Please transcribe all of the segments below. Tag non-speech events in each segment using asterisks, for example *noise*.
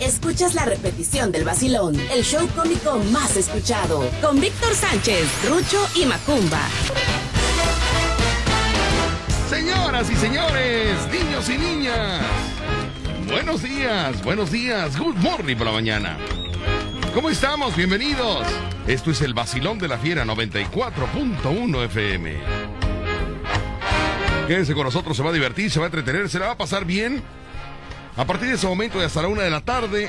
Escuchas la repetición del vacilón, el show cómico más escuchado, con Víctor Sánchez, Rucho y Macumba. Señoras y señores, niños y niñas, buenos días, buenos días, good morning por la mañana. ¿Cómo estamos? Bienvenidos. Esto es el vacilón de la fiera 94.1 FM. Quédense con nosotros, se va a divertir, se va a entretener, se la va a pasar bien. A partir de ese momento y hasta la una de la tarde,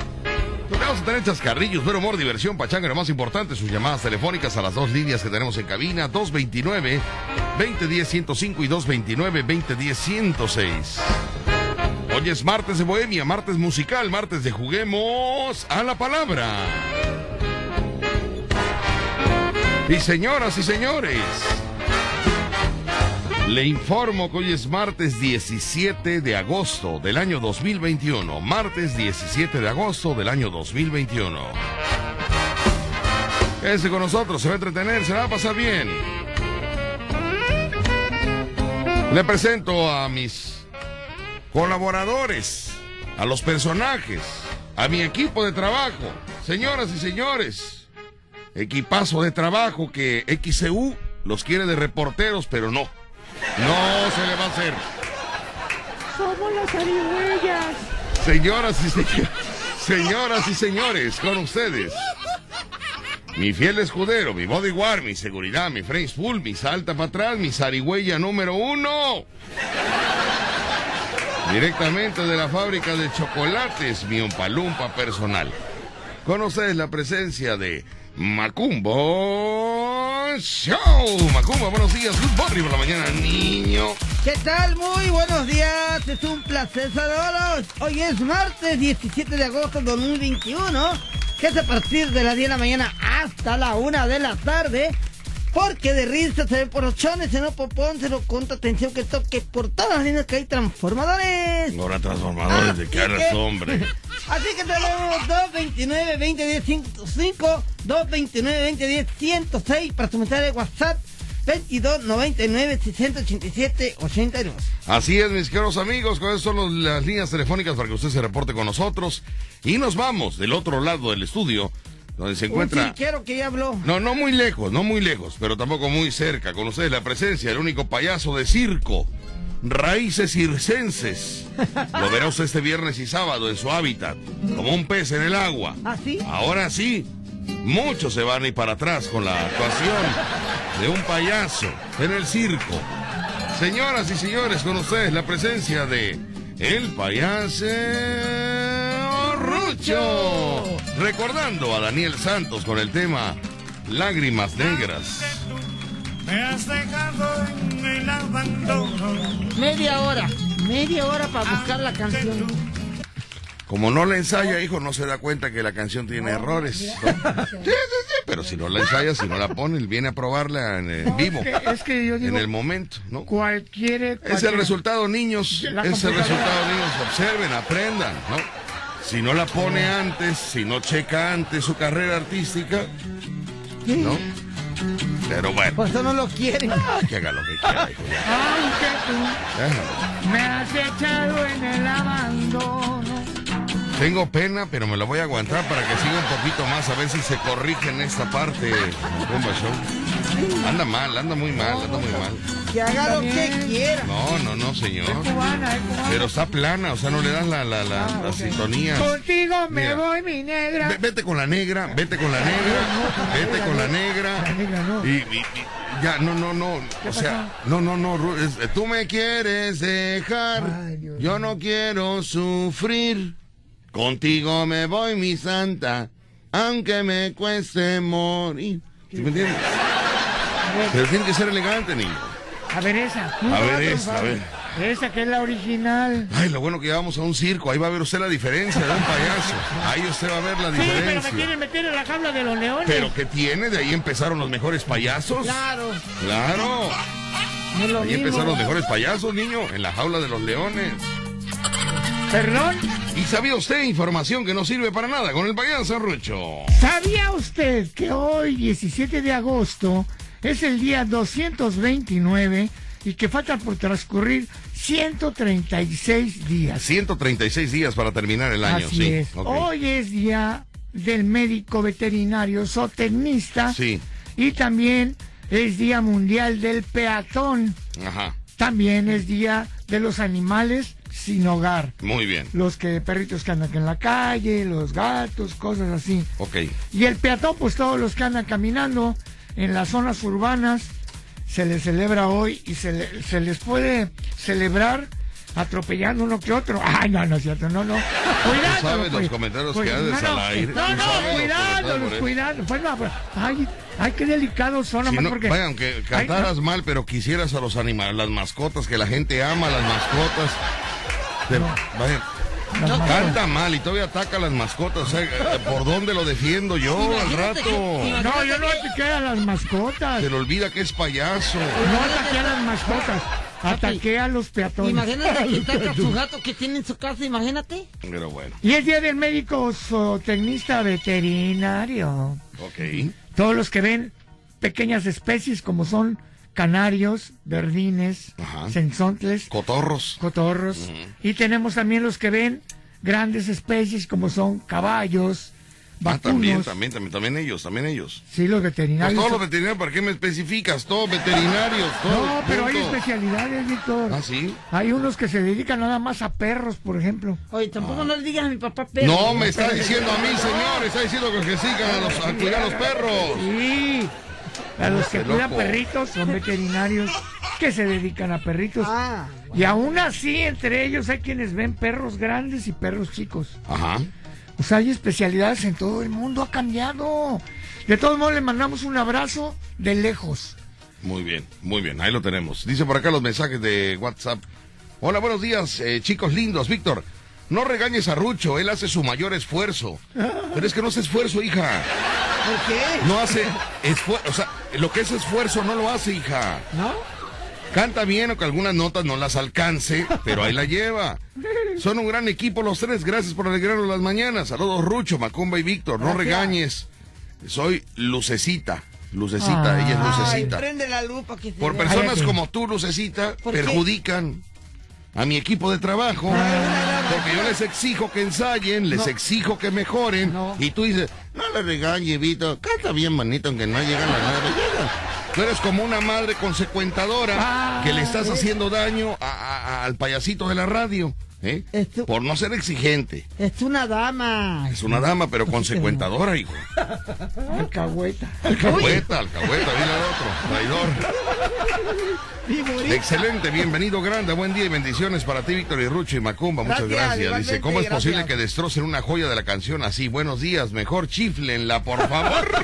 donde vamos a tener chascarrillos, buen humor, diversión, pachanga, lo más importante, sus llamadas telefónicas a las dos líneas que tenemos en cabina, 229-2010-105 y 229-2010-106. Hoy es martes de Bohemia, martes musical, martes de Juguemos a la Palabra. Y señoras y señores, le informo que hoy es martes 17 de agosto del año 2021. Martes 17 de agosto del año 2021. Quédense con nosotros, se va a entretener, se la va a pasar bien. Le presento a mis colaboradores, a los personajes, a mi equipo de trabajo. Señoras y señores, equipazo de trabajo que XCU los quiere de reporteros, pero no. No se le va a hacer. Somos las arihuellas. *laughs* Señoras y señores, *laughs* señoras y señores, con ustedes. Mi fiel escudero, mi bodyguard, mi seguridad, mi phrase full, mi salta para atrás, mi zarigüeya número uno. Directamente de la fábrica de chocolates, mi umpalumpa personal. Con ustedes la presencia de Macumbo Show. Macumbo, buenos días. Good morning por la mañana, niño. ¿Qué tal? Muy buenos días. Es un placer saludarlos. Hoy es martes 17 de agosto de 2021. Que es a partir de las 10 de la mañana hasta la 1 de la tarde. Porque de risa se ven por ochones, se no por se lo conta atención que toque por todas las líneas que hay transformadores. Ahora transformadores, Ah, ¿de qué hablas, hombre? *laughs* Así que tenemos 229 2010 105, 229 2010 106 para su mensaje de WhatsApp 22 99 687 82. Así es, mis queridos amigos, con eso son los- las líneas telefónicas para que usted se reporte con nosotros. Y nos vamos del otro lado del estudio, donde se Un encuentra... cirquero que ya habló. No, no muy lejos, no muy lejos, pero tampoco muy cerca. Con ustedes la presencia del único payaso de circo, raíces circenses. Lo verá usted este viernes y sábado en su hábitat, como un pez en el agua. ¿Ah, sí? Ahora sí, muchos se van a ir para atrás con la actuación de un payaso en el circo. Señoras y señores, con ustedes la presencia de el payaso Rucho. Recordando a Daniel Santos con el tema Lágrimas Negras. Me has dejado en el abandono. Media hora, media hora para buscar la canción. Como no la ensaya, hijo, no se da cuenta que la canción tiene errores. Sí, sí, sí, pero si no la ensaya, si no la pone, él viene a probarla en eh, vivo, Es que, es que yo digo, en el momento, ¿no? cualquiera, Es el cualquiera. resultado, niños. La Es el computadora. resultado, niños. Observen, aprendan, ¿no? Si no la pone antes, si no checa antes su carrera artística, ¿no? Pero bueno, Ah, Por eso Pues no lo quieren. que haga lo que quiera, hijo. ya, Aunque tú déjalo. me has echado en el abandono. Tengo pena, pero me la voy a aguantar para que siga un poquito más, a ver si se corrige en esta parte. Macumba Show. Anda mal, anda muy mal, anda muy mal. Que haga lo que También. quiera. No, no, no, señor. Cubana, eh, cubana. Pero está plana, o sea, no le das la, la, la, Ah, la sintonía. Contigo me Mira. voy, mi negra. Ve- vete con la negra, vete con la Ah, negra, vete con la pues, La negra negra. no. Y, y- y- ya, no, no, no. O sea, no, no, no. Ru- es- eh, tú me quieres dejar. Ay, Dios Yo no quiero sufrir. Contigo me voy, mi santa. Aunque me cueste morir. ¿Sí me entiendes? Pero tiene que ser elegante, niño. A ver esa. A ver esta, a ver. Esa que es la original. Ay, lo bueno que ya vamos a un circo. Ahí va a ver usted la diferencia de un payaso. Ahí usted va a ver Sí, pero la me diferencia. quieren meter en la jaula de los leones. Pero que tiene, de ahí empezaron los mejores payasos. Claro. Claro. No es lo Ahí mismo. empezaron los mejores payasos, niño, en la jaula de los leones. Perdón. ¿Y sabía usted información que no sirve para nada con el payaso Rucho? ¿Sabía usted que hoy, 17 de agosto, es el día 229 y que faltan por transcurrir 136 días. 136 días para terminar el año, Así sí. es. Ok. Hoy es día del médico veterinario zootecnista. Sí. Y también es día mundial del peatón. Ajá. También es día de los animales sin hogar. Muy bien. Los que perritos que andan en la calle, los gatos, cosas así. Ok. Y el peatón, pues todos los que andan caminando en las zonas urbanas, se les celebra hoy y se, le- se les puede celebrar atropellando uno que otro. *laughs* Ay, no, no es cierto, no, no. Cuidado. sabes los cuid- comentarios que cuid- haces no, no, al aire. No, Tú no, sabes los cuidado, comentarios. cuidado. Bueno, pero- ay, ay, qué delicados son, Si nomás no- porque... vayan, que Ay, cantaras mal, pero quisieras a los animales, las mascotas, que la gente ama, las mascotas. Te- vayan. no, no, Canta mal y todavía ataca a las mascotas. o sea, eh, ¿Por dónde lo defiendo yo al rato? no, yo no ataqué a las mascotas. Se le olvida que es payaso. No ataqué a las mascotas. Ataqué a los *laughs* peatones. Imagínate *laughs* que saca a su gato que tiene en su casa, imagínate. Pero bueno, Y es día del médico zootecnista veterinario. ok. Todos los que ven pequeñas especies como son canarios, verdines, Ajá. sensontles, Cotorros. cotorros. Y tenemos también los que ven grandes especies como son caballos, Ah, también, vacunos. también, también, también ellos, también ellos. Sí, los Pues veterinarios. todos los veterinarios, ¿para qué me especificas? Todos veterinarios, todos. no, pero hay punto. especialidades, Víctor. Ah, sí. Hay unos que se dedican nada más a perros, por ejemplo. Oye, tampoco no le digas a mi papá perro. No me está diciendo a mí, señor, está diciendo que- que sigan a, los, a cuidar a los perros. Sí, a los que Qué cuidan loco. perritos son veterinarios que se dedican a perritos. Ah, Y aún así, entre ellos hay quienes ven perros grandes y perros chicos. Ajá. O sea, hay especialidades en todo el mundo, ha cambiado. De todos modos, le mandamos un abrazo de lejos. Muy bien, muy bien, ahí lo tenemos. Dice por acá los mensajes de WhatsApp. Hola, buenos días, eh, chicos lindos. Víctor, no regañes a Rucho, él hace su mayor esfuerzo. Pero es que no hace esfuerzo, hija. ¿Por qué? No *laughs* hace esfuerzo, o sea, lo que es esfuerzo no lo hace, hija. ¿No? Canta bien o que algunas notas no las alcance, pero ahí la lleva. Son un gran equipo los tres, gracias por alegrarnos las mañanas. Saludos Rucho, Macumba y Víctor, no regañes. Soy Lucecita, Lucecita, Ah. ella es Ay, Lucecita. prende la lupa que se Por vea. personas Cállate. como tú, Lucecita, ¿Por qué? perjudican a mi equipo de trabajo. Porque yo les exijo que ensayen, les exijo que mejoren. No. Y tú dices, no le regañes, Vito. Canta bien, manito, aunque no llegan las nueve. Llega. Tú eres como una madre consecuentadora Ah, que le estás haciendo daño a- a- al payasito de la radio. ¿eh? Es tu- Por no ser exigente. Es una *laughs* dama. Es una dama, pero consecuentadora, hijo. Alcahueta. Alcahueta, alcahueta, dile al otro, traidor. Excelente, bienvenido, Granda. Buen día y bendiciones para ti, Víctor y Rucho y Macumba. Muchas Gracias, gracias. Dice, igualmente, ¿cómo es gracias. posible que destrocen una joya de la canción así? Buenos días, mejor chiflenla, por favor. *laughs*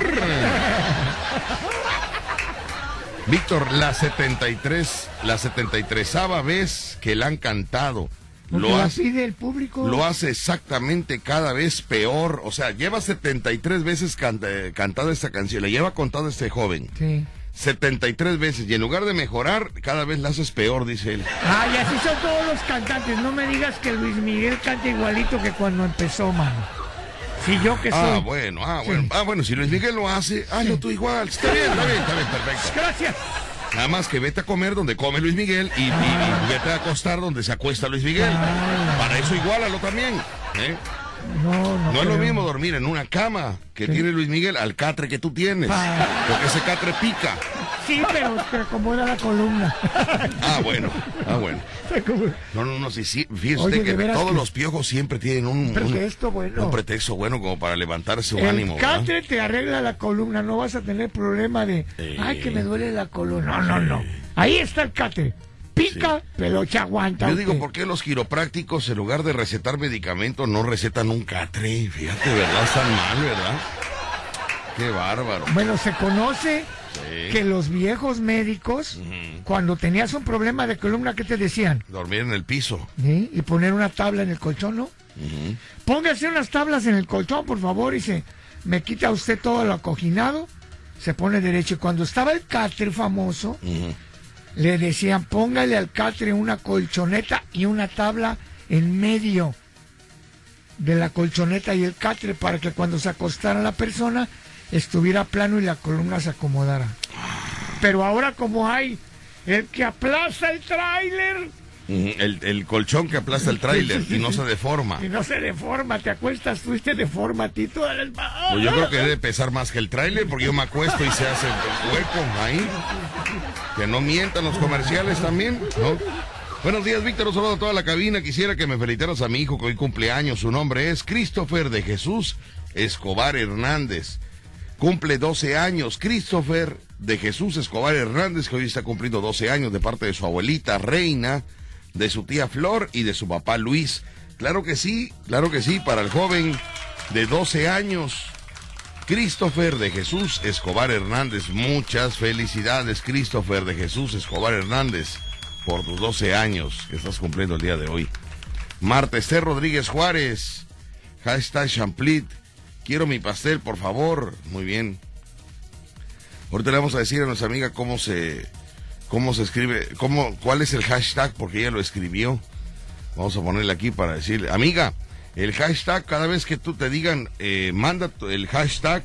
Víctor, la 73, la 73 vez que la han cantado. Lo Lo que la hace, pide el público. lo hace exactamente cada vez peor. O sea, lleva 73 veces canta- eh, cantada esta canción. La lleva contada este joven. Sí. 73 veces. Y en lugar de mejorar, cada vez la haces peor, dice él. Ay, así son todos los cantantes. No me digas que Luis Miguel canta igualito que cuando empezó, mano. Si yo que soy. Ah, bueno, ah, bueno. Ah, bueno, si Luis Miguel lo hace, hazlo tú igual. Está bien, está bien, está bien, perfecto. Gracias. Nada más que vete a comer donde come Luis Miguel y, y- y vete a acostar donde se acuesta Luis Miguel. Para eso iguálalo también. ¿eh? No, no. No es lo creo. mismo dormir en una cama que Sí. tiene Luis Miguel al catre que tú tienes. Ah. Porque ese catre pica. Sí, pero te acomoda la columna. *laughs* Ah, bueno, ah, bueno. Te acomoda. No, no, no, sí, sí, fíjese Oye, usted que de veras todos que- los piojos siempre tienen un, un- pretexto bueno. un pretexto bueno como para levantar su El ánimo. ¿verdad? catre te arregla la columna, no vas a tener problema de, ay, que me duele la columna. No, no, no. Ahí está el catre. Pica, pero te aguanta. Yo digo, usted. ¿por qué los quiroprácticos en lugar de recetar medicamentos no recetan un catre? Fíjate, ¿verdad? Están mal, ¿verdad? Qué bárbaro. Bueno, se conoce Sí. que los viejos médicos, cuando tenías un problema de columna, ¿qué te decían? Dormir en el piso. ¿Sí? Y poner una tabla en el colchón, ¿no? Póngase unas tablas en el colchón, por favor, y se me quita usted todo lo acoginado, se pone derecho. Y cuando estaba el catre famoso, le decían, póngale al catre una colchoneta y una tabla en medio de la colchoneta y el catre para que cuando se acostara la persona estuviera plano y la columna se acomodara. Pero ahora como hay el que aplaza el tráiler, Ujú, El, el colchón que aplasta el tráiler y no se deforma. Y no se deforma, te acuestas tú y te deforma a ti toda la espalda. Pues yo creo que debe pesar más que el tráiler porque yo me acuesto y se hace el hueco ahí. Que no mientan los comerciales también, ¿no? Buenos días, Víctor. Un saludo a toda la cabina. Quisiera que me felicitaras a mi hijo que hoy cumpleaños. Su nombre es Christopher de Jesús Escobar Hernández. Cumple 12 años. Christopher de Jesús Escobar Hernández, que hoy está cumpliendo 12 años de parte de su abuelita Reina, de su tía Flor y de su papá Luis. Claro que sí, claro que sí, para el joven de 12 años. Christopher de Jesús Escobar Hernández, muchas felicidades, Christopher de Jesús Escobar Hernández, por tus 12 años que estás cumpliendo el día de hoy. Martes C. Rodríguez Juárez, hashtag Champlit, quiero mi pastel, por favor. Muy bien. Ahorita le vamos a decir a nuestra amiga cómo se, cómo se escribe, cómo, cuál es el hashtag, porque ella lo escribió. Vamos a ponerle aquí para decirle, amiga, el hashtag, cada vez que tú te digan, eh, manda tu- el hashtag,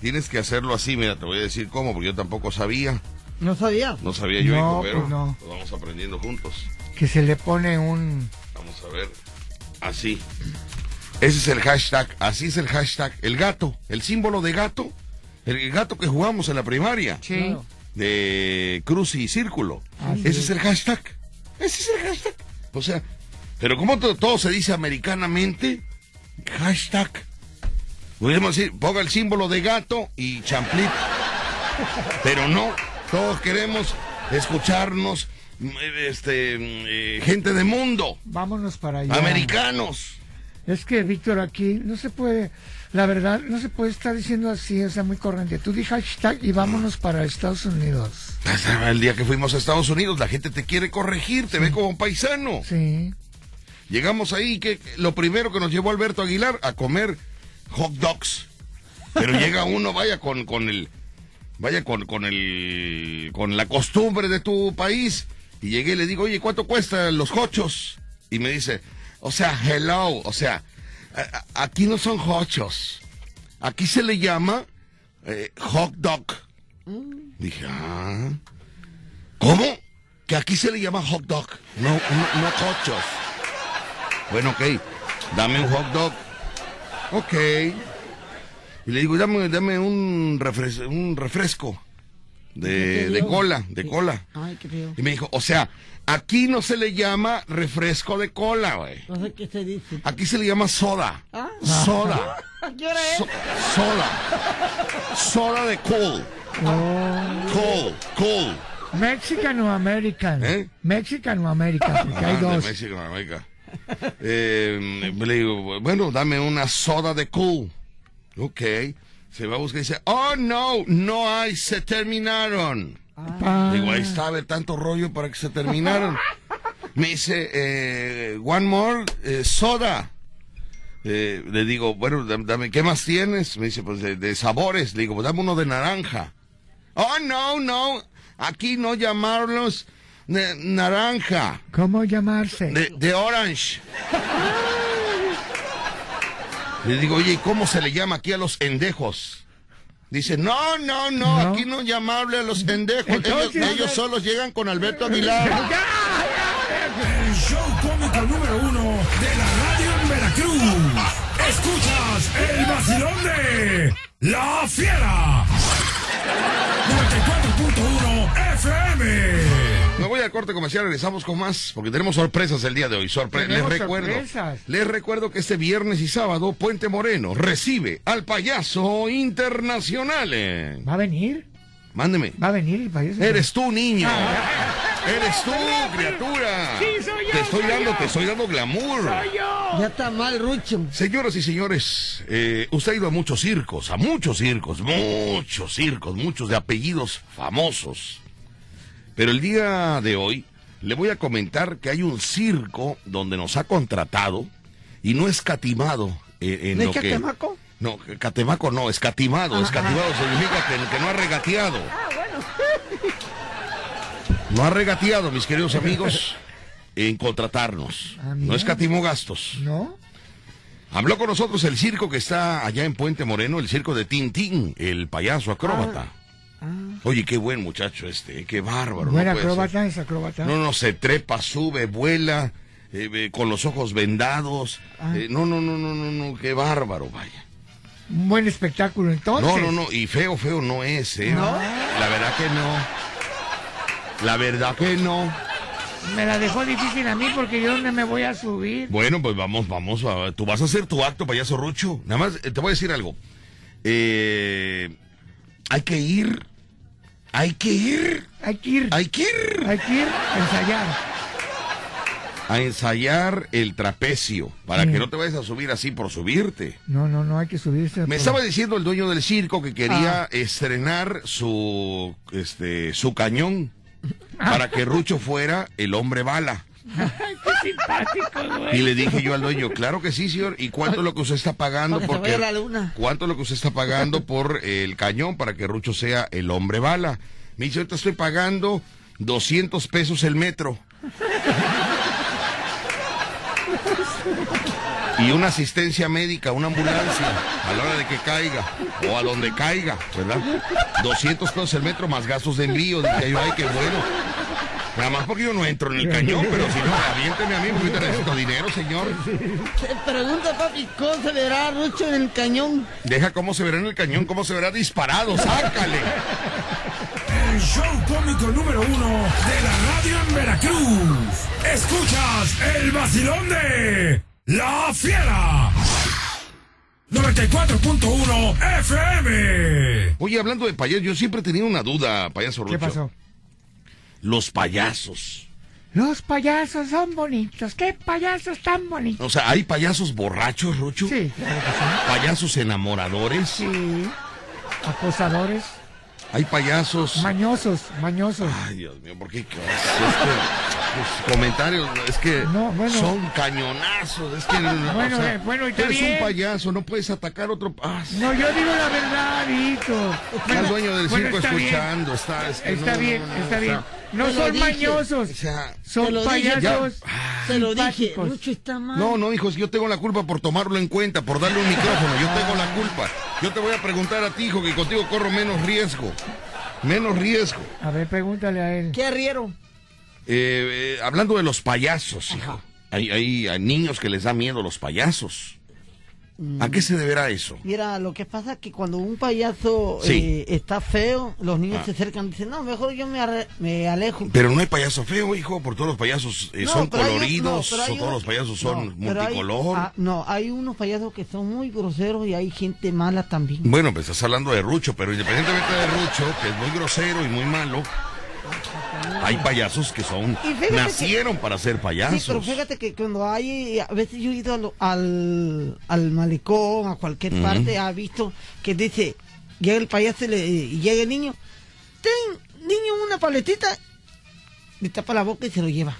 tienes que hacerlo así. Mira, te voy a decir cómo, porque yo tampoco sabía. No sabía. No sabía yo, No, hijo, pero pues no. lo vamos aprendiendo juntos. Que se le pone un. Vamos a ver. Así. Ese es el hashtag. Así es el hashtag. El gato. El símbolo de gato. El gato que jugamos en la primaria. Sí. De cruz y círculo. Ese es el hashtag. Ese es el hashtag. O sea, pero como to- todo se dice americanamente, hashtag. Podríamos decir, ponga el símbolo de gato y champlit. Pero no, todos queremos escucharnos, mm, eh, este, mm, eh, gente de mundo. Vámonos para allá. Americanos. Es que, Víctor, aquí no se puede. La verdad, no se puede estar diciendo así, o sea, muy corriente. Tú di hashtag y vámonos para Estados Unidos. El día que fuimos a Estados Unidos, la gente te quiere corregir, te ve como un paisano. Sí. Llegamos ahí, que lo primero que nos llevó Alberto Aguilar a comer hot dogs. Pero llega uno, vaya con, con el. Vaya con, con el. con la costumbre de tu país. Y llegué y le digo, oye, ¿cuánto cuestan los hochos? Y me dice, o sea, hello, o sea, a- a- aquí no son hochos. Aquí se le llama eh, hot dog. Dije, ah. ¿Cómo? Que aquí se le llama hot dog, no, no, no hochos. Bueno, ok, dame un hot dog. Ok. Y le digo, dame, dame un, refres- un refresco de, Eh, de *laughs* cola, de cola. Ay, qué feo. Y me dijo, o sea, aquí no se le llama refresco de cola, güey. No sé qué se dice. Aquí se le llama soda. Ah. Soda. *laughs* ¿A qué hora es? So- soda. Soda de cool. Cool, cool. Mexicano Oh. American. ¿Eh? Mexicano American, porque hay Ah, dos. De México, América. Eh, le digo, bueno, dame una soda de cool. Ok. Se va a buscar y dice, oh no, no hay, se terminaron. Ah, Digo, ahí está, a ver, tanto rollo para que se terminaron. Me dice, eh, one more, eh, soda. Eh, le digo, bueno, dam- dame, ¿qué más tienes? Me dice, pues de, de sabores. Le digo, pues, dame uno de naranja. Oh, no, no, aquí no llamarlos de naranja. ¿Cómo llamarse? De, de Orange. Le digo, oye, ¿y cómo se le llama aquí a los endejos? Dice, no, no, no, No. aquí no llamarle a los endejos. Entonces, ellos, ¿no? ellos solos llegan con *laughs* Alberto Aguilar. El show cómico número uno de la radio en Veracruz. Escuchas el vacilón de La Fiera. 94.1 FM. Me voy al corte comercial, regresamos con más, porque tenemos sorpresas el día de hoy. Sorpre- les Tenemos recuerdo. sorpresas. Les recuerdo que este viernes y sábado Puente Moreno recibe al payaso internacional. eh. ¿Va a venir? Mándeme. ¿Va a venir el Ah, país? Eres tú, niño. Eres tú, criatura. Sí, soy yo, Te estoy soy dando, yo. te estoy dando glamour. Ya está mal, Rucho. Señoras y señores, eh, usted ha ido a muchos circos, a muchos circos, muchos circos, muchos de apellidos famosos. Pero el día de hoy le voy a comentar que hay un circo donde nos ha contratado y no escatimado eh, en ¿No lo es catemaco? que no, catemaco no, Ah, escatimado, escatimado significa que, que no ha regateado. No ha regateado, mis queridos amigos, en contratarnos. Ah, No mira. *laughs* escatimó gastos. ¿No? Habló con nosotros el circo que está allá en Puente Moreno, el circo de Tintín, el payaso acróbata. Oye, qué buen muchacho este, ¿eh? qué bárbaro. Buen Ah. no, puede acróbata, ser. es acróbata. no, no, se trepa, sube, vuela, eh, eh, con los ojos vendados. Eh, no, no, no, no, no, no, qué bárbaro, vaya. Un buen espectáculo entonces. No, no, no, y feo, feo no es, ¿eh? La verdad que no. La verdad que no. Me la dejó difícil a mí porque yo dónde me voy a subir. Bueno, pues vamos, vamos. A, tú vas a hacer tu acto, payaso Rucho. Nada más eh, te voy a decir algo. Eh, hay que ir. Hay que ir. Hay que ir, Hay que ir hay que ir a ensayar. a ensayar el trapecio para Mm. que no te vayas a subir así por subirte. No, no, no hay que subirse. a Me todo. estaba diciendo el dueño del circo que Ah. quería estrenar su este su cañón Ah. para que Rucho fuera el hombre bala. Qué simpático, Y güey. *laughs* le dije yo al dueño, claro que sí, señor. ¿Y cuánto es lo que usted está pagando? Para que se Porque, vaya la luna. ¿Cuánto es lo que usted está pagando por el cañón para que Rucho sea el hombre bala? Me dice, ahorita estoy pagando 200 pesos el metro. Y una asistencia médica, una ambulancia, a la hora de que caiga, o a donde caiga, ¿verdad? 200 pesos el metro más gastos de envío. Dije yo, ay, qué bueno. Nada más porque yo no entro en el cañón, pero si no, aviénteme a mí porque ahorita necesito dinero, señor. Te pregunta, papi, ¿cómo se verá Rucho en el cañón? Deja cómo se verá en el cañón, cómo se verá disparado, sácale. El show cómico número uno de la radio en Veracruz. Escuchas el vacilón de La Fiera. 94.1 FM. Oye, hablando de payasos, yo siempre he tenido una duda, payaso ¿Qué Rucho. pasó? Los payasos. Los payasos son bonitos. ¿Qué payasos tan bonitos? O sea, ¿hay payasos borrachos, Rucho? Sí, claro que ¿Payasos enamoradores? sí. Sí. Acosadores. ¿Hay payasos...? Mañosos, mañosos. Ay, Dios mío, ¿por qué? qué es que, los comentarios, es que No, bueno. son cañonazos. Es que, Bueno, eh, bueno, y tú está eres un bien. payaso, no puedes atacar otro... Ah, No, yo digo la verdad, Víctor. está el dueño del Bueno, circo está bien, escuchando. Está, es que no, Está no, bien, no, no, está o sea, bien. No Te lo son dije. mañosos. O sea, Te Son lo dije, ya. payasos. Se lo dije, Simpáticos. Rucho está mal. No, no, hijo, si yo tengo la culpa por tomarlo en cuenta, por darle un micrófono. Yo tengo la culpa. Yo te voy a preguntar a ti, hijo, que contigo corro menos riesgo. Menos riesgo. A ver, pregúntale a él. ¿Qué rieron? Eh, eh, hablando de los payasos, hijo. Hay, hay, hay niños que les da miedo los payasos. Mm. ¿A qué se deberá eso? Mira, lo que pasa es que cuando un payaso Sí. eh, está feo, los niños Ah. se acercan y dicen, no, mejor yo me, arre- me alejo. Pero no hay payaso feo, hijo, porque todos los payasos eh, No, son pero hay un- coloridos, no, pero hay o todos un- los payasos son no, pero hay- multicolor. ah, no, hay unos payasos que son muy groseros y hay gente mala también. Bueno, pues estás hablando de Rucho, pero independientemente de Rucho, que es muy grosero y muy malo, hay payasos que son Y fíjate que- nacieron para ser Sí, pero payasos. fíjate que cuando hay, a veces yo he ido a lo- al, al malecón, a cualquier parte, ha visto que dice, llega el payaso y, le- y llega el niño, ten, niño, una paletita, le tapa la boca y se lo lleva.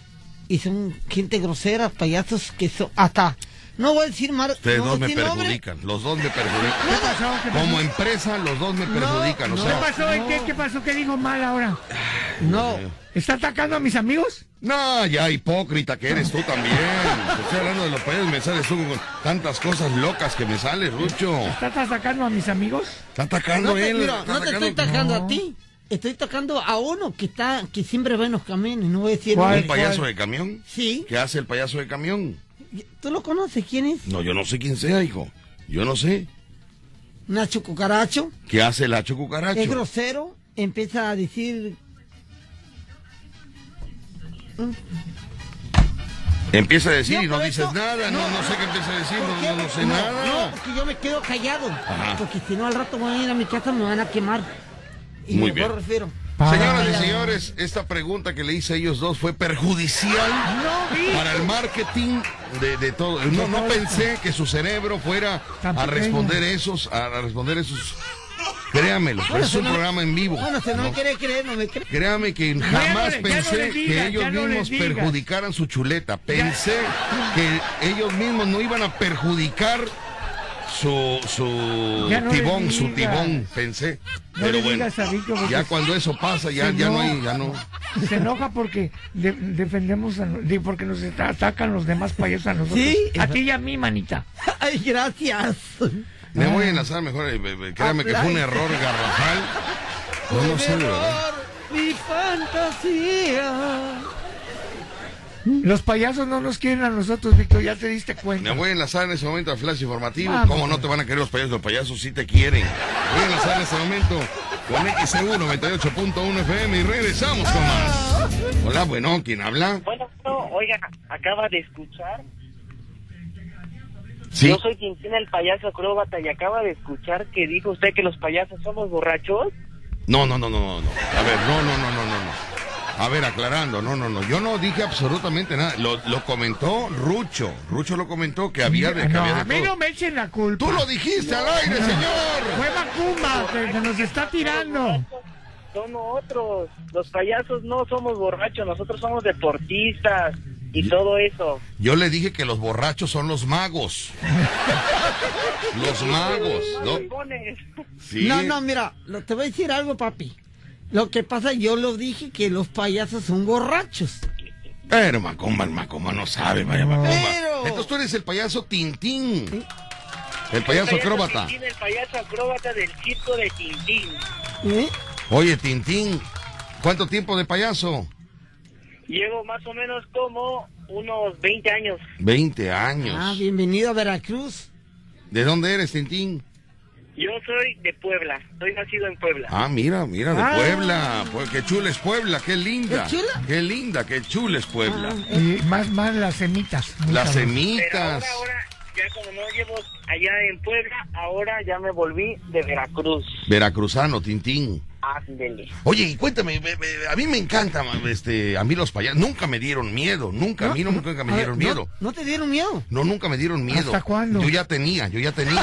Y son gente grosera, payasos que son, hasta, no voy a decir mal, Ustedes no dos voy a me decir nombre. perjudican, los dos me perjudican. ¿Qué pasó? ¿Qué pasó? Como empresa, los dos me perjudican. o ¿Qué sea, pasó? ¿Qué, qué pasó? ¿Qué dijo mal ahora? No, ¿Está atacando a mis amigos? no, ya hipócrita que eres tú también. Te Estoy hablando de los payasos, me sales tú con tantas cosas locas que me sales, Rucho. ¿Está atacando a mis amigos? Está no atacando te, él. mira, está no te estoy atacando atacando- a ti. Estoy atacando a uno que está, que siempre va en los camiones, no voy a decir ¿Cuál? ¿Un nombre. payaso de camión? Sí. ¿Qué hace el payaso de camión? ¿Tú lo conoces? ¿Quién es? No, yo no sé quién sea, hijo. Yo no sé. Nacho Cucaracho. ¿Qué hace el hacho cucaracho? Es grosero. Empieza a decir. Empieza a decir Yo y no por dices eso- nada, no, no sé qué empieza a decir, ¿Por no, qué? no, no sé No, nada. No, porque yo me quedo callado. Ajá. Porque si no, al rato voy a ir a mi casa, me van a quemar. Y Muy mejor bien. refiero. Señoras y señores, esta pregunta que le hice a ellos dos fue perjudicial Ah, para el marketing de, de todo. No, no pensé que su cerebro fuera Tan a pequeño. responder esos, a a responder esos. Créamelo, pero es si un Ah, no- programa en vivo. Bueno, si no, me No, quiere creer, no me cree. *laughs* Créame que no jamás le- ya no pensé le digas, que ellos ya no le mismos digas. perjudicaran su chuleta. Pensé que ellos mismos no iban a perjudicar su, su Ya no le tibón, su digas. tibón, pensé. No Pero le bueno, digas a Víctor porque ya cuando eso pasa, ya, se ya no enoja. hay, ya no. Se enoja porque de- defendemos, a, de- porque nos está- atacan los demás payasos a nosotros. Sí. A ti y a mí, manita. Ay, gracias. eh, Me voy a enlazar mejor, eh, eh, créame que fue un error garrafal. No, no sé, de verdad. Error, mi fantasía. Los payasos no nos quieren a nosotros, Víctor, ya te diste Me cuenta. voy a enlazar en ese momento al flash informativo. Vamos. ¿Cómo no te van a querer los payasos? Los payasos sí te quieren. Voy a enlazar en ese momento con XEU 98.1 FM y regresamos con más. Hola, bueno, ¿quién habla? Bueno, no, oiga, acaba de escuchar. Sí. Yo soy quien tiene el payaso acróbata y acaba de escuchar que dijo usted que los payasos somos borrachos. No, no, no, no, no, no. A ver, no, no, no, no, no, no. A ver, aclarando, no, no, no. Yo no dije absolutamente nada. Lo, lo comentó Rucho. Rucho lo comentó que había de, que no, había de a mí todo. no me echen la culpa. Tú lo dijiste al aire, señor. Fue Macumba que, que nos está tirando. Son otros. Los payasos no somos borrachos, nosotros somos deportistas y todo eso. Yo le dije que los borrachos son los magos. Los magos, ¿no? Pones. Sí. No, no, mira, lo- te voy a decir algo, papi. Lo que pasa, yo lo dije que los payasos son borrachos. Pero Macumba, el Macumba no sabe, vaya Macumba. Pero- Entonces tú eres el payaso Tintín. El payaso acróbata. Tintín, El payaso acróbata del circo de Tintín. ¿eh? Oye, Tintín, ¿cuánto tiempo de payaso? Llevo más o menos como unos 20 años. 20 años. Ah, bienvenido a Veracruz. ¿De dónde eres, Tintín? Yo soy de Puebla, soy nacido en Puebla. Ah, mira, mira, de Puebla. Pues, qué chula es Puebla, qué linda. ¿Es chula? Ah, eh. Qué linda, qué chula es Puebla. Y más, más las semitas. muy Las sabroso. Pero semitas. ahora, ahora, ya como no llevo allá en Puebla, ahora ya me volví de Veracruz. Veracruzano, Tintín. Ándele. Oye, y cuéntame, me- me- a mí me encanta, este, a mí los payasos nunca me dieron miedo, nunca, a mí nunca me A ver, dieron ¿no- miedo. ¿No te dieron miedo? No, nunca me dieron miedo. ¿Hasta cuándo? Yo ya tenía, yo ya tenía.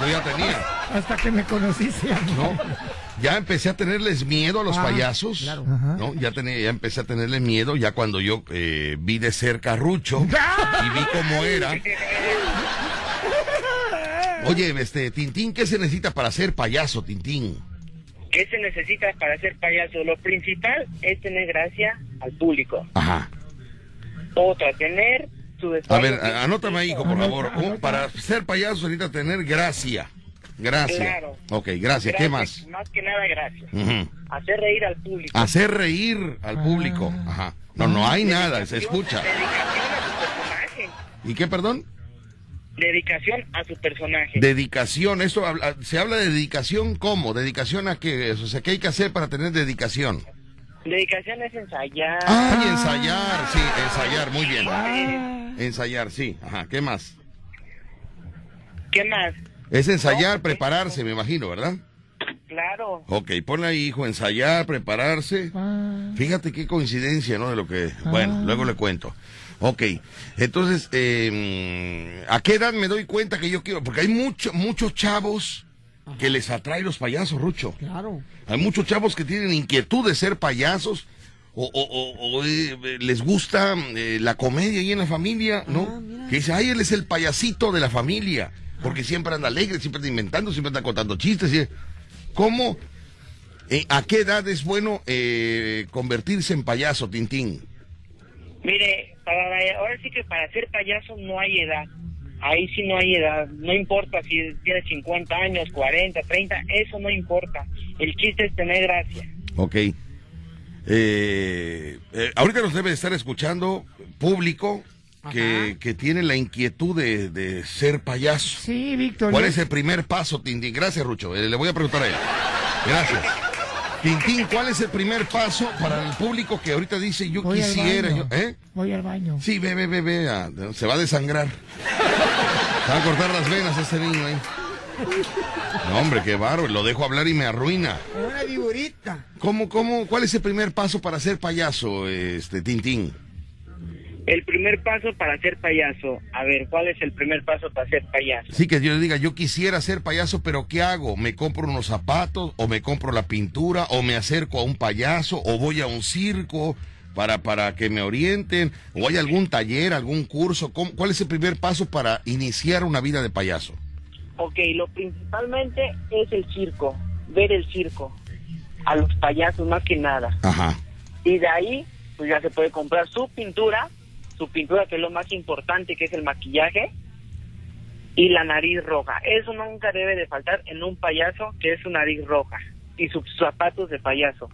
yo ya tenía, Hasta que me conociste. ¿no? Ya empecé a tenerles miedo a *laughs* Ah. los payasos. Ah, Ajá. ¿no? Ya, tenía, ya empecé a tenerle miedo ya cuando yo eh, vi de cerca *laughs* a Rucho ¡Ah! y vi cómo era. Oye, este, Tintín, ¿qué se necesita para ser payaso, Tintín? ¿Qué se necesita para ser payaso? Lo principal es tener gracia al público. Ajá. Otra, tener su A despacho. ver, a- anótame ahí, hijo, por favor. Un- para ser payaso se necesita tener gracia. Gracia. Claro. Ok, gracias. ¿Qué Gracias, más? Más que nada gracias. Ujú. Hacer reír al público. Hacer reír al público. Ajá. No, no hay nada, se escucha. Dedicación a su personaje. ¿Y qué, perdón? Dedicación a su personaje. Dedicación. Esto habla- se habla de dedicación, ¿cómo? ¿Dedicación a qué? O sea, ¿qué hay que hacer para tener dedicación? Dedicación es ensayar. Ah, y ensayar, sí, ensayar, muy bien. Ah. Ensayar, sí. Ajá, ¿qué más? ¿Qué más? Es ensayar, pues, prepararse, me imagino, ¿verdad? Claro. Ok, ponle ahí, hijo, ensayar, prepararse. Fíjate qué coincidencia, ¿no? De lo que... Bueno, luego le cuento. Ok, entonces, eh, ¿a qué edad me doy cuenta que yo quiero? Porque hay mucho, muchos chavos que les atrae los payasos, Rucho. Claro. Hay muchos chavos que tienen inquietud de ser payasos o, o- o- o, eh, les gusta eh, la comedia ahí en la familia, ¿no? que dice, ay, él es el payasito de la familia, porque siempre anda alegre, siempre está inventando, siempre anda contando chistes. y- ¿Cómo? eh, ¿A qué edad es bueno eh, convertirse en payaso, Tintín? Mire, para, ahora sí que para ser payaso no hay edad. Ahí sí no hay edad. No importa si tienes 50 años, 40, 30, eso no importa. El chiste es tener gracia. Ok. Eh, eh, ahorita nos debe estar escuchando público que, que tiene la inquietud de, de ser payaso. Sí, Víctor. ¿Cuál yo- es el primer paso, Tintín? Gracias, Rucho. Eh, le voy a preguntar a él. Gracias. Tintín, ¿cuál es el primer paso para el público que ahorita dice yo Voy al quisiera? baño. yo- ¿eh? Voy al baño. Sí, ve, ve, ve, ve, ah, se va a desangrar. Se va a cortar las venas ese niño ahí. *laughs* No, hombre, qué bárbaro. Lo dejo hablar y me arruina. Una viborita. ¿Cómo, cómo, cuál es el primer paso para ser payaso, este, Tintín? El primer paso para ser payaso. A ver, ¿cuál es el primer paso para ser payaso? Sí, que yo le diga, yo quisiera ser payaso, pero ¿qué hago? ¿Me compro unos zapatos? ¿O me compro la pintura? ¿O me acerco a un payaso? ¿O voy a un circo para, para que me orienten? ¿O hay algún taller, algún curso? ¿Cómo- ¿Cuál es el primer paso para iniciar una vida de payaso? Ok, lo principalmente es el circo. Ver el circo. A los payasos más que nada. Ajá. Y de ahí, pues ya se puede comprar su pintura, su pintura que es lo más importante, que es el maquillaje, y la nariz roja. Eso nunca debe de faltar en un payaso, que es su nariz roja. y sus zapatos de payaso.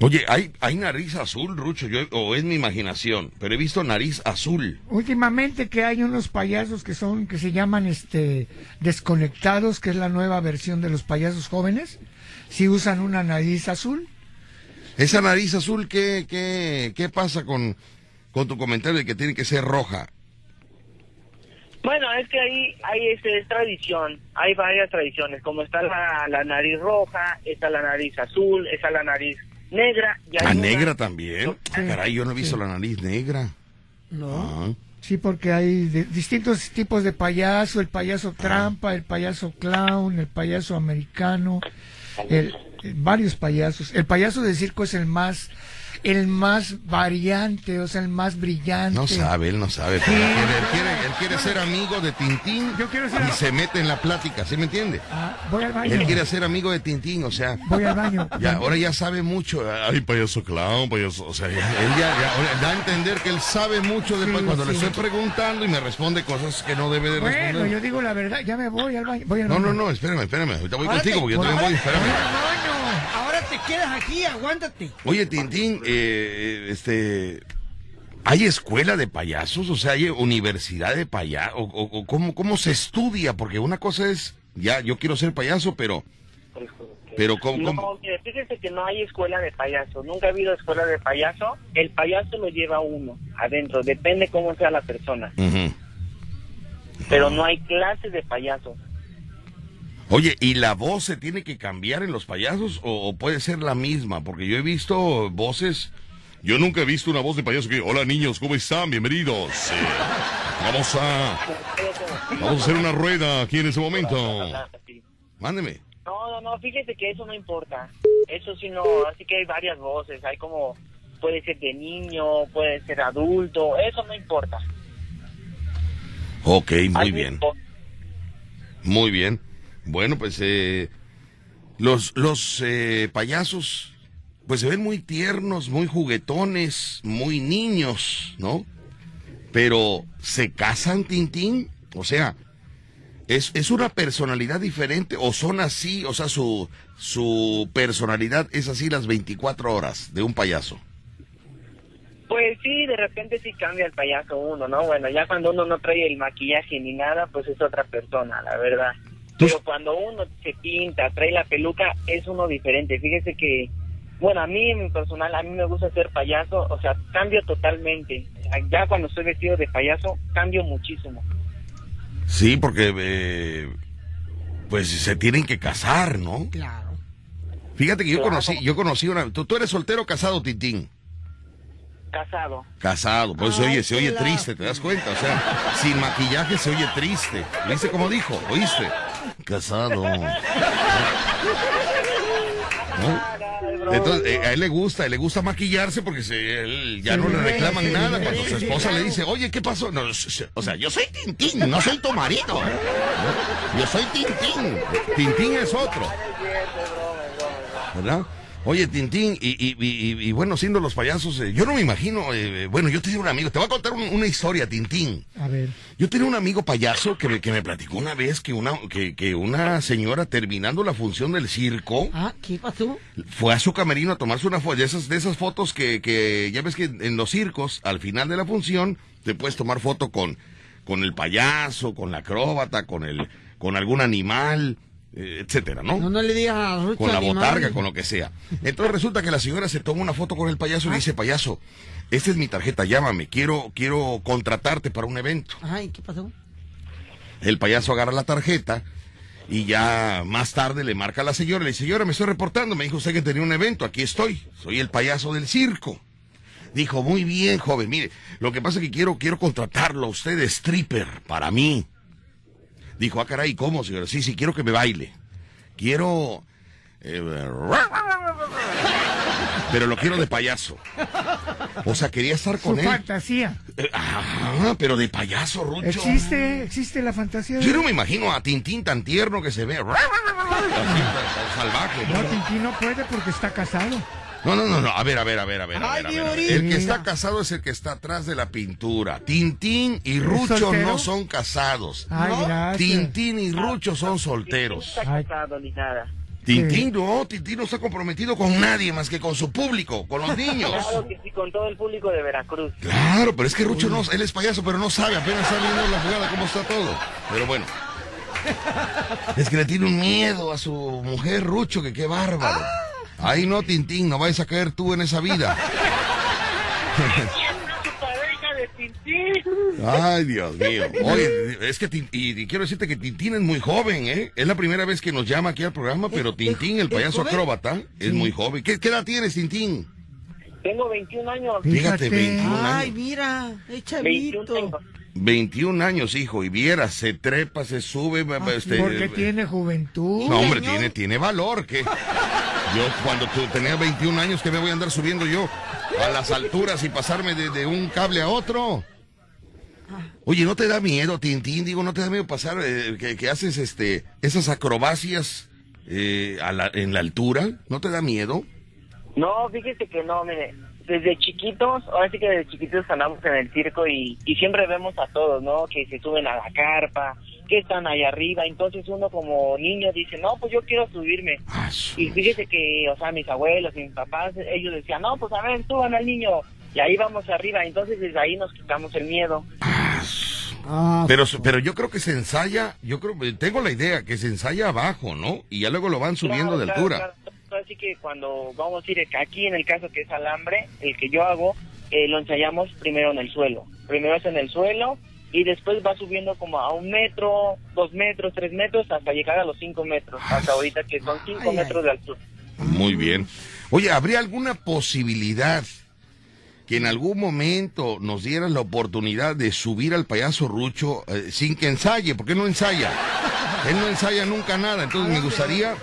Oye, ¿hay, hay nariz azul, Rucho, yo, o es mi imaginación, pero he visto nariz azul. Últimamente que hay unos payasos que son, que se llaman este desconectados, que es la nueva versión de los payasos jóvenes, si usan una nariz azul. Esa nariz azul, ¿qué, qué, qué pasa con, con tu comentario de que tiene que ser roja? Bueno, es que ahí, ahí es, es tradición, hay varias tradiciones, como está la, la nariz roja, está la nariz azul, está la nariz negra. Y hay una- ¿La Ah, negra también? Sí. Ah, Caray, yo no he visto la nariz negra. Ah. No. Sí, porque hay de- distintos tipos de payaso, el payaso trampa, el payaso clown, el payaso americano, el, eh, varios payasos. El payaso de circo es el más, el más variante, o sea, el más brillante. No sabe, él no sabe. pero él, quiere, él quiere- él quiere ser amigo de Tintín Yo quiero ser y am- se mete en la plática, ¿sí me entiende? Ah, voy al baño. Él quiere ser amigo de Tintín, o sea, Voy al baño. *laughs* ya, ahora ya sabe mucho. Ay, payaso clown, payaso, o sea, ya- él ya, ya- ahora da a entender que él sabe mucho después Sí, cuando le sí. estoy preguntando y me responde cosas que no debe de responder. Bueno, yo digo la verdad, ya me voy al baño. Voy al No, baño. no, no, espérame, espérame. Ahorita voy Ahora contigo te- porque yo también voy, espérame. Ahora te quedas aquí, aguántate. Oye, Tintín, eh, este, ¿hay escuela de payasos? O sea, ¿hay universidad de payasos? ¿O, o- o cómo, cómo se estudia? Porque una cosa es, ya, yo quiero ser payaso, pero... Pero ¿cómo? No, cómo? mire, fíjese que no hay escuela de payaso, nunca ha habido escuela de payaso, el payaso lo lleva uno adentro, depende cómo sea la persona, Ujú. pero no hay clases de payaso. Oye, ¿y la voz se tiene que cambiar en los payasos o, o puede ser la misma? Porque yo he visto voces... Yo nunca he visto una voz de payaso que... Hola niños, ¿cómo están? Bienvenidos. Eh, vamos a... Vamos a hacer una rueda aquí en este momento. Mándeme. No, no, no, fíjese que eso no importa, eso sí no, así que hay varias voces, hay como, puede ser de niño, puede ser adulto, eso no importa. Ok, muy Hay bien. voz- Muy bien. Bueno, pues eh, los, los eh, payasos, pues se ven muy tiernos, muy juguetones, muy niños, ¿no? Pero se casan, Tintín. O sea, ¿es, es una personalidad diferente o son así? O sea, su, su personalidad es así las 24 horas de un payaso. Pues sí, de repente sí cambia el payaso uno, ¿no? Bueno, ya cuando uno no trae el maquillaje ni nada, pues es otra persona, la verdad. Pero cuando uno se pinta, trae la peluca, es uno diferente. Fíjese que, bueno, a mí en mi personal, a mí me gusta ser payaso, o sea, cambio totalmente. Ya cuando estoy vestido de payaso, cambio muchísimo. Sí, porque eh, pues se tienen que casar, ¿no? Claro. Fíjate que yo Claro. conocí, yo conocí una. ¿Tú, tú eres soltero o casado, Titín? Casado. Casado, por eso Ay, oye, se qué oye la- triste, ¿te das cuenta? O sea, sin maquillaje se oye triste. ¿Viste cómo dijo? ¿Oíste? Casado. ¿No? Entonces, eh, a él le gusta, le gusta maquillarse porque se- él ya no le reclaman nada. Cuando su esposa le dice, oye, ¿qué pasó? No, s- s- o sea, yo soy Tintín, no soy tu marido. ¿eh? Yo soy Tintín. Tintín es otro. ¿verdad? Oye, Tintín, y, y- y- y- y bueno, siendo los payasos, eh, yo no me imagino, eh, eh, bueno, yo tenía un amigo, te voy a contar un- una historia, Tintín. A ver. Yo tenía un amigo payaso que me, que me platicó una vez que una, que, que una señora terminando la función del circo Ah, ¿qué pasó? fue a su camerino a tomarse una foto, de esas, de esas fotos que, que ya ves que en los circos, al final de la función, te puedes tomar foto con, con el payaso, con la acróbata, con, el, con algún animal, eh, etcétera, ¿no? No, no le digas a Rucho con la animal. botarga, con lo que sea. Entonces resulta que la señora se toma una foto con el payaso y Ah. le dice, payaso, esta es mi tarjeta, llámame, quiero, quiero contratarte para un evento. Ay, ¿qué pasó? El payaso agarra la tarjeta y ya más tarde le marca a la señora, le dice, señora, me estoy reportando, me dijo usted que tenía un evento, aquí estoy, soy el payaso del circo. Dijo, muy bien, joven, mire, lo que pasa es que quiero, quiero contratarlo a usted de stripper para mí. Dijo, ah, caray, ¿cómo, señora? Sí, sí, quiero que me baile. Quiero... eh, pero lo quiero de payaso. O sea, quería estar Su con él. fantasía. Eh, ajá, pero de payaso, Rucho. Existe, existe la fantasía. de- Yo no me imagino a Tintín tan tierno que se ve. Así, tan- tan salvaje. No, Tintín no puede porque está casado. No, no, no, no. A ver, a ver, a ver, a ver. a Ay, ver, a ver, a ver. Diorita. El que está casado es el que está atrás de la pintura. Tintín y Rucho soltero? no son casados. Ay, gracias. Tintín y Rucho son solteros. No está casado ni nada. Tintín, no, Tintín no está comprometido con nadie más que con su público, con *laughs* los niños. Claro que sí, con todo el público de Veracruz. Claro, pero es que Rucho no, él es payaso, pero no sabe, apenas está viendo la jugada, cómo está todo. Pero *laughs* bueno. Es que le tiene un miedo a su mujer, Rucho, que qué bárbaro. Ahí no, Tintín, no vais a caer tú en esa vida. *laughs* Ay, Dios mío. Oye, es que Tin- y, y quiero decirte que Tintín es muy joven, ¿eh? Es la primera vez que nos llama aquí al programa, pero Tintín, el payaso acróbata, es muy joven. ¿Qué, qué edad tienes, Tintín? Tengo 21 años. Fíjate. Fíjate, 21 años. Ay, mira, es 21 chavito. años. 21 años, hijo, y vieras, se trepa, se sube, ma- ma- este, Porque eh, tiene juventud. no, hombre, señor. tiene, tiene valor, que yo cuando tú tenías 21 años, que me voy a andar subiendo yo a las alturas y pasarme de, de un cable a otro? Oye, ¿no te da miedo, Tintín? Digo, ¿no te da miedo pasar, eh, que, que haces este, esas acrobacias eh, a la- en la altura? ¿No te da miedo? No, fíjese que no, mire. Desde chiquitos, ahora sí que desde chiquitos andamos en el circo y, y siempre vemos a todos, ¿no? Que se suben a la carpa, que están allá arriba. Entonces uno como niño dice, no, pues yo quiero subirme. Ah, su- Y fíjese que, o sea, mis abuelos y mis papás, ellos decían, no, pues a ver, suban al niño. Y ahí vamos arriba. Entonces desde ahí nos quitamos el miedo. Ah, Pero, pues, su- pero yo creo que se ensaya, yo creo, eh, tengo la idea, que se ensaya abajo, ¿no? Y ya luego lo van subiendo Claro, de claro, altura. claro. Así que cuando vamos a ir aquí, en el caso que es alambre, el que yo hago, eh, lo ensayamos primero en el suelo. Primero es en el suelo y después va subiendo como a un metro, dos metros, tres metros, hasta llegar a los cinco metros. Hasta ahorita que son cinco metros de altura. Muy bien. Oye, ¿habría alguna posibilidad que en algún momento nos dieras la oportunidad de subir al payaso Rucho eh, sin que ensaye? Porque él no ensaya. Él no ensaya nunca nada. Entonces me gustaría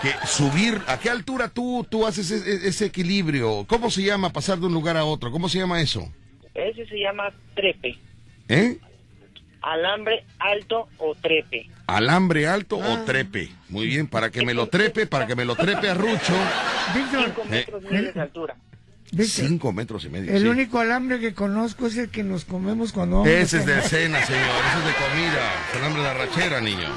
que subir. ¿A qué altura tú, tú haces e- e- ese equilibrio? ¿Cómo se llama pasar de un lugar a otro? ¿Cómo se llama eso? Ese se llama trepe. ¿Eh? Alambre alto o trepe. ¿Alambre alto o trepe? Muy bien, para que me lo trepe, para que me lo trepe a Rucho. Víctor, Cinco Eh. metros miles de altura. Víctor, Cinco metros y medio. el sí. único alambre que conozco es el que nos comemos cuando vamos. Ese a es de cenar. cena, señor. Ese es de comida. Es alambre de arrachera, niño.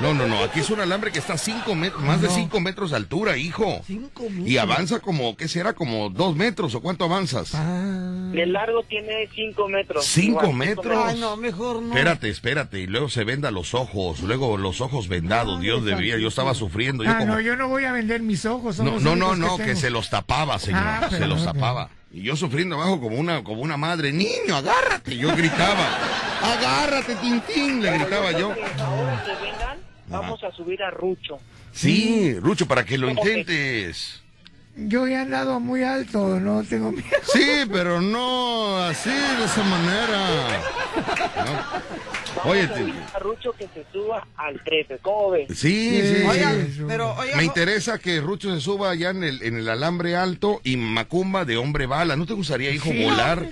No, no, no. Aquí es un alambre que está a cinco met- más de 5 metros de altura, hijo. Cinco Y avanza como, ¿qué será? Como 2 metros o cuánto avanzas. Ah. De largo tiene cinco metros. ¿Cinco Igual, metros? Ay, no, mejor no. Espérate, espérate. Y luego se venda los ojos. Luego los ojos vendados. Dios de mi vida. Yo estaba sufriendo. Yo Ah, como- no, yo no voy a vender mis ojos. son No, los no, no, únicos no, que tengo. se los tapaba, señor. Ah, se pero los no, tapaba. Y yo sufriendo abajo como una, como una madre. Niño, agárrate. Yo gritaba. Agárrate, Tintín. Le gritaba yo. creo que Ahora que vengan, vamos a subir a Rucho. Sí, Rucho, para que lo Ok. intentes. Yo he andado muy alto, no tengo miedo. Sí, pero no así, de esa manera. No. Oye, te- A Rucho que se suba al trepe. ¿Cómo ves? sí, sí, sí. Oigan, pero oigan, Me interesa que Rucho se suba allá en el, en el alambre alto y Macumba de hombre bala. ¿No te gustaría, hijo, volar?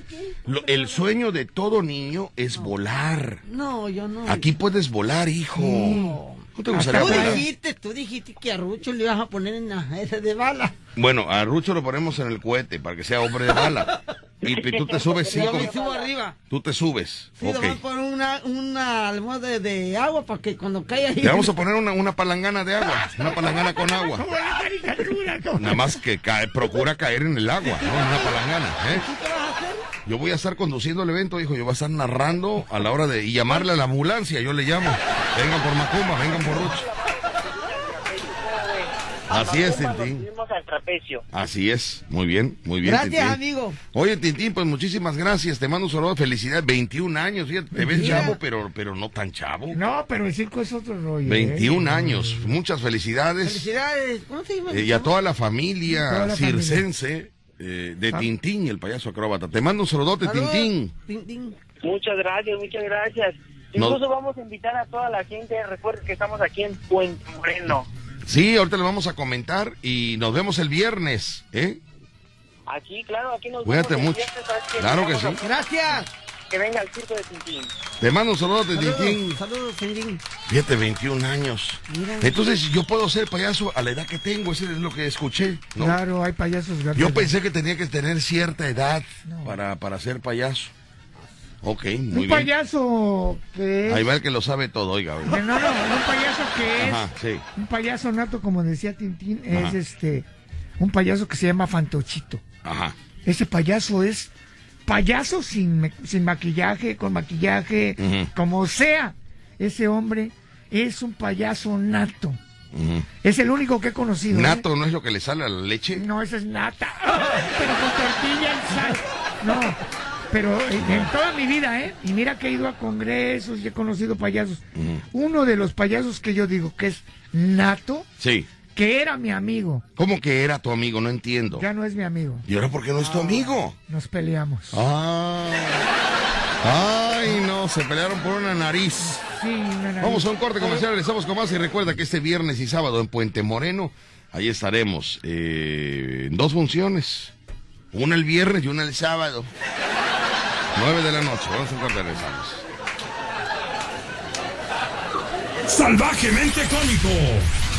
Lo- el sueño de todo niño es volar. No, yo no. Aquí puedes volar, hijo. Ah, ¿No te gustaría Tú volar? dijiste, tú dijiste que a Rucho le ibas a poner en la esa de bala. Bueno, a Rucho lo ponemos en el cohete para que sea hombre de bala. Y, y tú te subes Yo cinco... me subo arriba. Tú te subes. Sí, ok. le voy a poner una, una almohada de, de agua para que cuando caiga ahí. Le vamos a poner una, una palangana de agua, una palangana con agua. Nada más que cae- procura caer en el agua, no en una palangana. ¿eh? ¿Qué vas a hacer? Yo voy a estar conduciendo el evento, hijo, yo voy a estar narrando a la hora de... Y llamarle a la ambulancia, yo le llamo. Vengan por Macumba, vengan por Rucho. Así es, Macumba, nos Tintín. subimos al trapecio. Así es, muy bien, muy bien. Gracias, Tintín. amigo. Oye, Tintín, pues muchísimas gracias, te mando un saludo, felicidad, 21 años, fíjate, te ves chavo, pero, pero no tan chavo. No, pero el circo es otro rollo. ¿eh? 21 años, muchas felicidades. Felicidades. ¿Cómo se llama? Eh, y a toda la familia Toda la familia. circense eh, de Tintín, el payaso acróbata. Te mando un saludote, Saludos. Tintín. Tintín. Muchas gracias, muchas gracias. No. Incluso vamos a invitar a toda la gente. Recuerden que estamos aquí en Puente Moreno. Sí, ahorita le vamos a comentar y nos vemos el viernes, ¿eh? Aquí, claro, aquí nos Cuídate vemos el mucho. viernes, ¿sabes qué? Claro que Vamos a- sí. Gracias. Que venga el circo de Tintín. Te mando un saludote, Tintín. Saludos, saludos, Tintín. Fíjate, 21 años. Entonces, yo puedo ser payaso a la edad que tengo, eso es lo que escuché, ¿no? pues, Claro, hay payasos gatos. Yo pensé que tenía que tener cierta edad para, para ser payaso. Ok, un muy bien. payaso que es- Ahí va el que lo sabe todo, oiga. oiga. que No, no, un payaso que es. Ajá, sí. Un payaso nato, como decía Tintín, es Ajá. este. Un payaso que se llama Fantochito. Ajá. Ese payaso es payaso sin, me- sin maquillaje, con maquillaje, Ujú. como sea. Ese hombre es un payaso nato. Ujú. Es el único que he conocido. ¿eh? Nato no es lo que le sale a la leche. No, esa es nata. Pero con tortilla y sal. No. Pero en, en toda mi vida, ¿eh? Y mira que he ido a congresos y he conocido payasos. Uno de los payasos que yo digo que es nato, Sí. que era mi amigo, ¿Cómo que era tu amigo? No entiendo. ya no es mi amigo. ¿Y ahora por qué no es tu amigo? Nos peleamos. Ah. Ay, no, se pelearon por una nariz. Sí, una nariz. Vamos a un corte comercial, regresamos con más y recuerda que este viernes y sábado en Puente Moreno, ahí estaremos eh, en dos funciones, una el viernes y una el sábado, nueve de la noche, vamos a un corte, regresamos. Salvajemente cómico.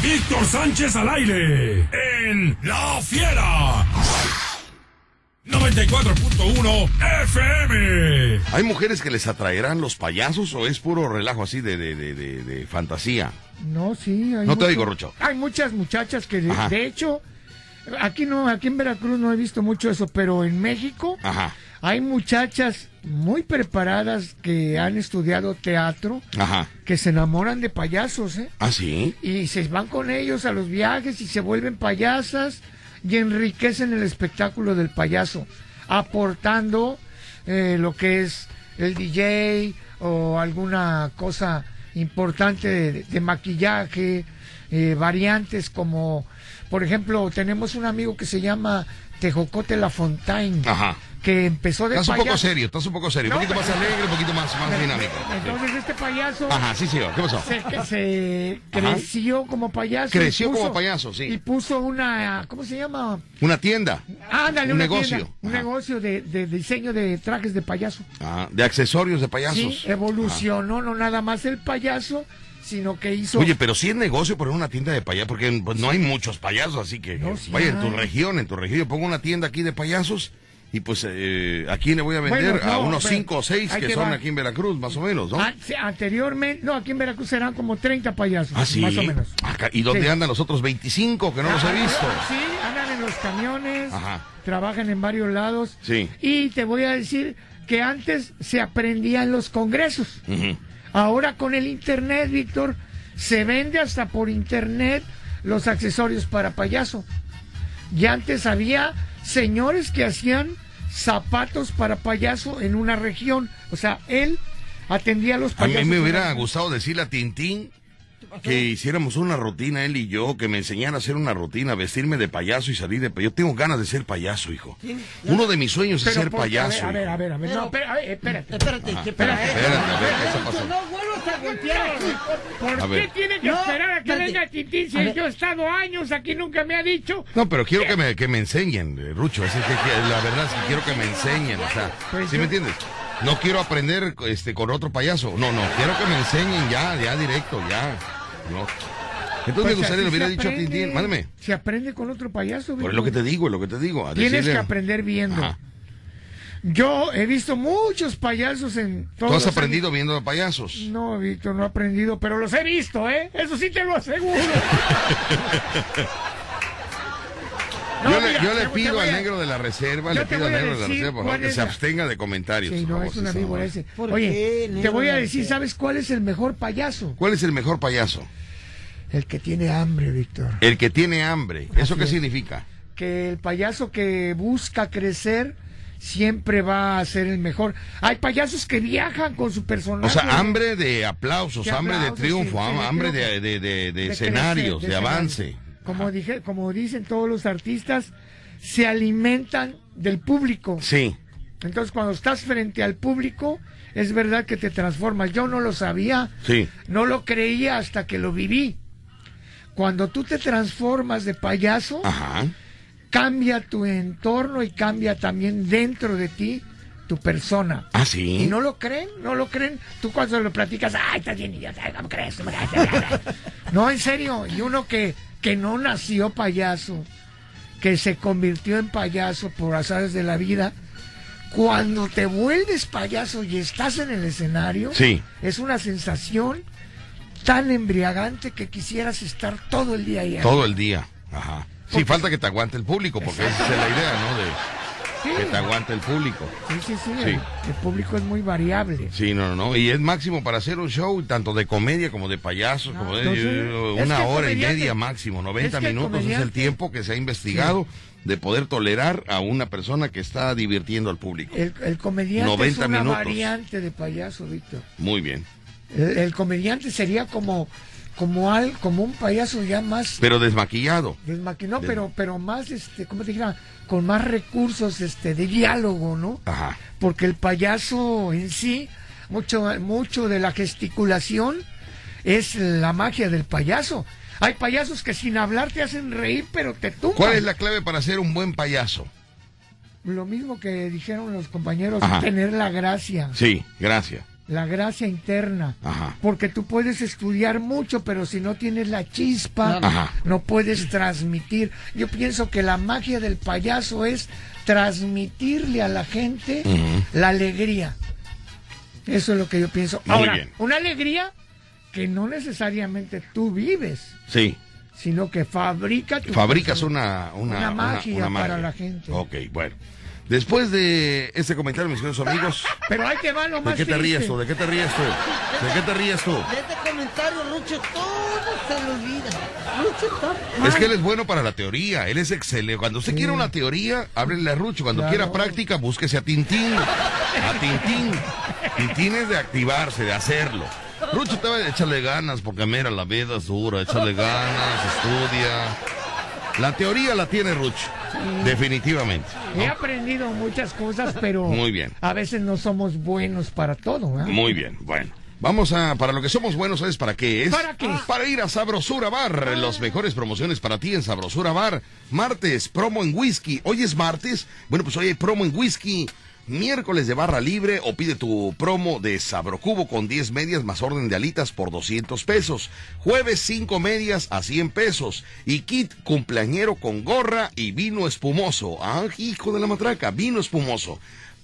Víctor Sánchez al aire. En La Fiera. 94.1 FM. ¿Hay mujeres que les atraerán los payasos o es puro relajo así de, de, de, de- de fantasía? No, sí. Hay No mucho- te oigo, Rucho. Hay muchas muchachas que, de, Ajá. de hecho, aquí no, aquí en Veracruz no he visto mucho eso, pero en México Ajá, hay muchachas muy preparadas que han estudiado teatro, ajá. que se enamoran de payasos, ¿eh? ¿Ah, sí? Y se van con ellos a los viajes y se vuelven payasas y enriquecen el espectáculo del payaso, aportando eh, lo que es el DJ o alguna cosa importante de, de maquillaje, eh, variantes como, por ejemplo, tenemos un amigo que se llama Tejocote La Fontaine, Ajá. que empezó de Estás un poco payaso. serio, estás un poco serio, un No, poquito más pero- alegre, un poquito más, más dinámico. Entonces este payaso Ajá, sí, señor, ¿qué pasó? se, que se Ajá. creció como payaso. Creció y como payaso, sí. Y puso una, ¿cómo se llama? Una tienda. Ándale, Un una negocio. tienda, un Ajá. negocio de, de diseño de trajes de payaso. Ajá, ah, de accesorios de payasos. Sí, evolucionó no nada más el payaso, sino que hizo... Oye, pero si es negocio poner una tienda de payasos, porque pues, no hay muchos payasos, así que No, eh, sí vaya en tu hay. región, en tu región, yo pongo una tienda aquí de payasos y pues eh, aquí le voy a vender Bueno, a no, unos pero cinco o seis ahí que te son va. Ah, aquí en Veracruz, más o menos, ¿no? an- anteriormente, no, aquí en Veracruz serán como 30 payasos, Ah, sí. más o menos. Acá- ¿Y dónde Sí. andan los otros 25 que no los he Ah, visto? Sí, andan en los camiones, Ajá. trabajan en varios lados. Sí. Y te voy a decir que antes se aprendía en los congresos. Ujú. Ahora con el internet, Víctor, se vende hasta por internet los accesorios para payaso. Y antes había señores que hacían zapatos para payaso en una región. O sea, él atendía a los A payasos. mí me en hubiera la- gustado decirle a Tintín que hiciéramos una rutina, él y yo, que me enseñara a hacer una rutina, vestirme de payaso y salir de payaso. Yo tengo ganas de ser payaso, hijo. Uno de mis sueños es Pero ser por- payaso. A ver, hijo. a ver, a ver. No, espera- a ver, espérate. Espérate, que para espérate, eso- Espérate, a ver, ¿qué está Pues pasando? No vuelvas a golpear aquí. ¿Por A qué ver. tiene que No, esperar a que espérate. venga Tintín si A ver. yo he estado años aquí nunca me ha dicho? No, pero quiero que me, que me enseñen, eh, Rucho. Es que, que la verdad es que quiero que me enseñen. O sea, Pues ¿sí yo- me entiendes? No quiero aprender este, con otro payaso. No, no, quiero que me enseñen ya, ya directo, ya. No. Entonces me Pues gustaría, así le hubiera se dicho a aprende. Tintín, mándame. Se aprende con otro payaso. Por Víctor. lo que te digo, lo que te digo. a Tienes decirle- que aprender viendo. Ajá. Yo he visto muchos payasos en todos ¿Tú has los aprendido viendo a payasos? años. No, Víctor, no he aprendido, pero los he visto, ¿eh? Eso sí te lo aseguro. No, yo, le, mira, yo le te- te pido voy al a- negro de la reserva, yo le te pido al voy a negro de la decir reserva, por favor, cuál que es se la- abstenga de comentarios. Sí, por no, favor, es sí, una está víbora mal. ese. ¿Por Oye, qué, te negro voy a de la decir, reserva? ¿sabes cuál es el mejor payaso? ¿Cuál es el mejor payaso? El que tiene hambre, Víctor. El que tiene hambre. ¿Eso Así qué es. significa? que el payaso que busca crecer siempre va a ser el mejor. Hay payasos que viajan con su personaje. O sea, hambre de aplausos, De hambre de aplausos, triunfo, sí, sí, de hambre de, triunfo. de- de- de de escenarios, crecer, de escenario. avance. Como, dije, como dicen todos los artistas, se alimentan del público. Sí. Entonces, cuando estás frente al público, es verdad que te transformas. Yo no lo sabía, Sí. no lo creía hasta que lo viví. Cuando tú te transformas de payaso, Ajá. cambia tu entorno y cambia también dentro de ti tu persona. Ah, Y sí. no lo creen, no lo creen. Tú cuando lo platicas, ay, estás bien idiota, ay, ¿cómo crees? ¿Cómo crees?" no, en serio. Y uno que, que no nació payaso, que se convirtió en payaso por azares de la vida, Cuando te vuelves payaso y estás en el escenario, Sí. es una sensación tan embriagante que quisieras estar todo el día ahí. Todo el día. Ajá. Sí, falta que te aguante el público, porque esa es la idea, ¿no? De Sí, que te aguante el público. sí, sí, sí, Sí. El, el público es muy variable. Sí, no, no, no. Y es máximo para hacer un show, tanto de comedia como de payasos, como de entonces, eh, es una que el hora y comediante- media máximo. 90 es que el minutos es el comediante- tiempo que se ha investigado de poder tolerar a una persona que está divirtiendo al público. El, el comediante 90 es una minutos. variante de payaso, Víctor. Muy bien. El, Eh, el comediante sería como, como, al, como un payaso ya más Pero desmaquillado. desmaquinado, Des- pero, pero más, este, ¿cómo te dijera? Con más recursos este, de diálogo, ¿no? Ajá. porque el payaso en sí, mucho, mucho de la gesticulación es la magia del payaso. Hay payasos que sin hablar te hacen reír, pero te tumban. ¿Cuál es la clave para ser un buen payaso? Lo mismo que dijeron los compañeros, Ajá. tener la gracia, Sí, gracias. la gracia interna. Ajá. Porque tú puedes estudiar mucho, pero si no tienes la chispa, Ajá. no puedes transmitir. Yo pienso que la magia del payaso es transmitirle a la gente Ujú. la alegría. Eso es lo que yo pienso. Muy Ahora, bien. una alegría que no necesariamente tú vives, Sí. sino que fabrica tu Fabricas una, una, Una magia para la gente. Ok, bueno. Después de este comentario, mis queridos amigos, Pero ahí te va lo ¿de más qué te ríes triste. tú? ¿De qué te ríes tú? ¿De qué te ríes tú? De este comentario, Lucho, todo se le olvida. Lucho está mal. Es que él es bueno para la teoría, él es excelente. Cuando usted quiera una teoría, ábrele a Rucho. Cuando quiera práctica, búsquese a Tintín. A Tintín. *laughs* Tintín es de activarse, de hacerlo. Rucho te va a echarle ganas, porque mira, la vida es dura, échale ganas, estudia. La teoría la tiene Rucho, definitivamente. He aprendido muchas cosas, pero Muy bien. a veces no somos buenos para todo. ¿verdad? Muy bien, bueno. Vamos a, para lo que somos buenos, ¿sabes para qué es? Ah. ¿Para qué? Ah. Para ir a Sabrosura Bar. Las mejores promociones para ti en Sabrosura Bar. Martes, promo en whisky. Hoy es martes. Bueno, pues hoy hay promo en whisky. Miércoles de barra libre o pide tu promo de Sabrocubo con 10 medias más orden de alitas por 200 pesos. Jueves 5 medias a 100 pesos. Y kit cumpleañero con gorra y vino espumoso. Ah, hijo de la matraca, vino espumoso.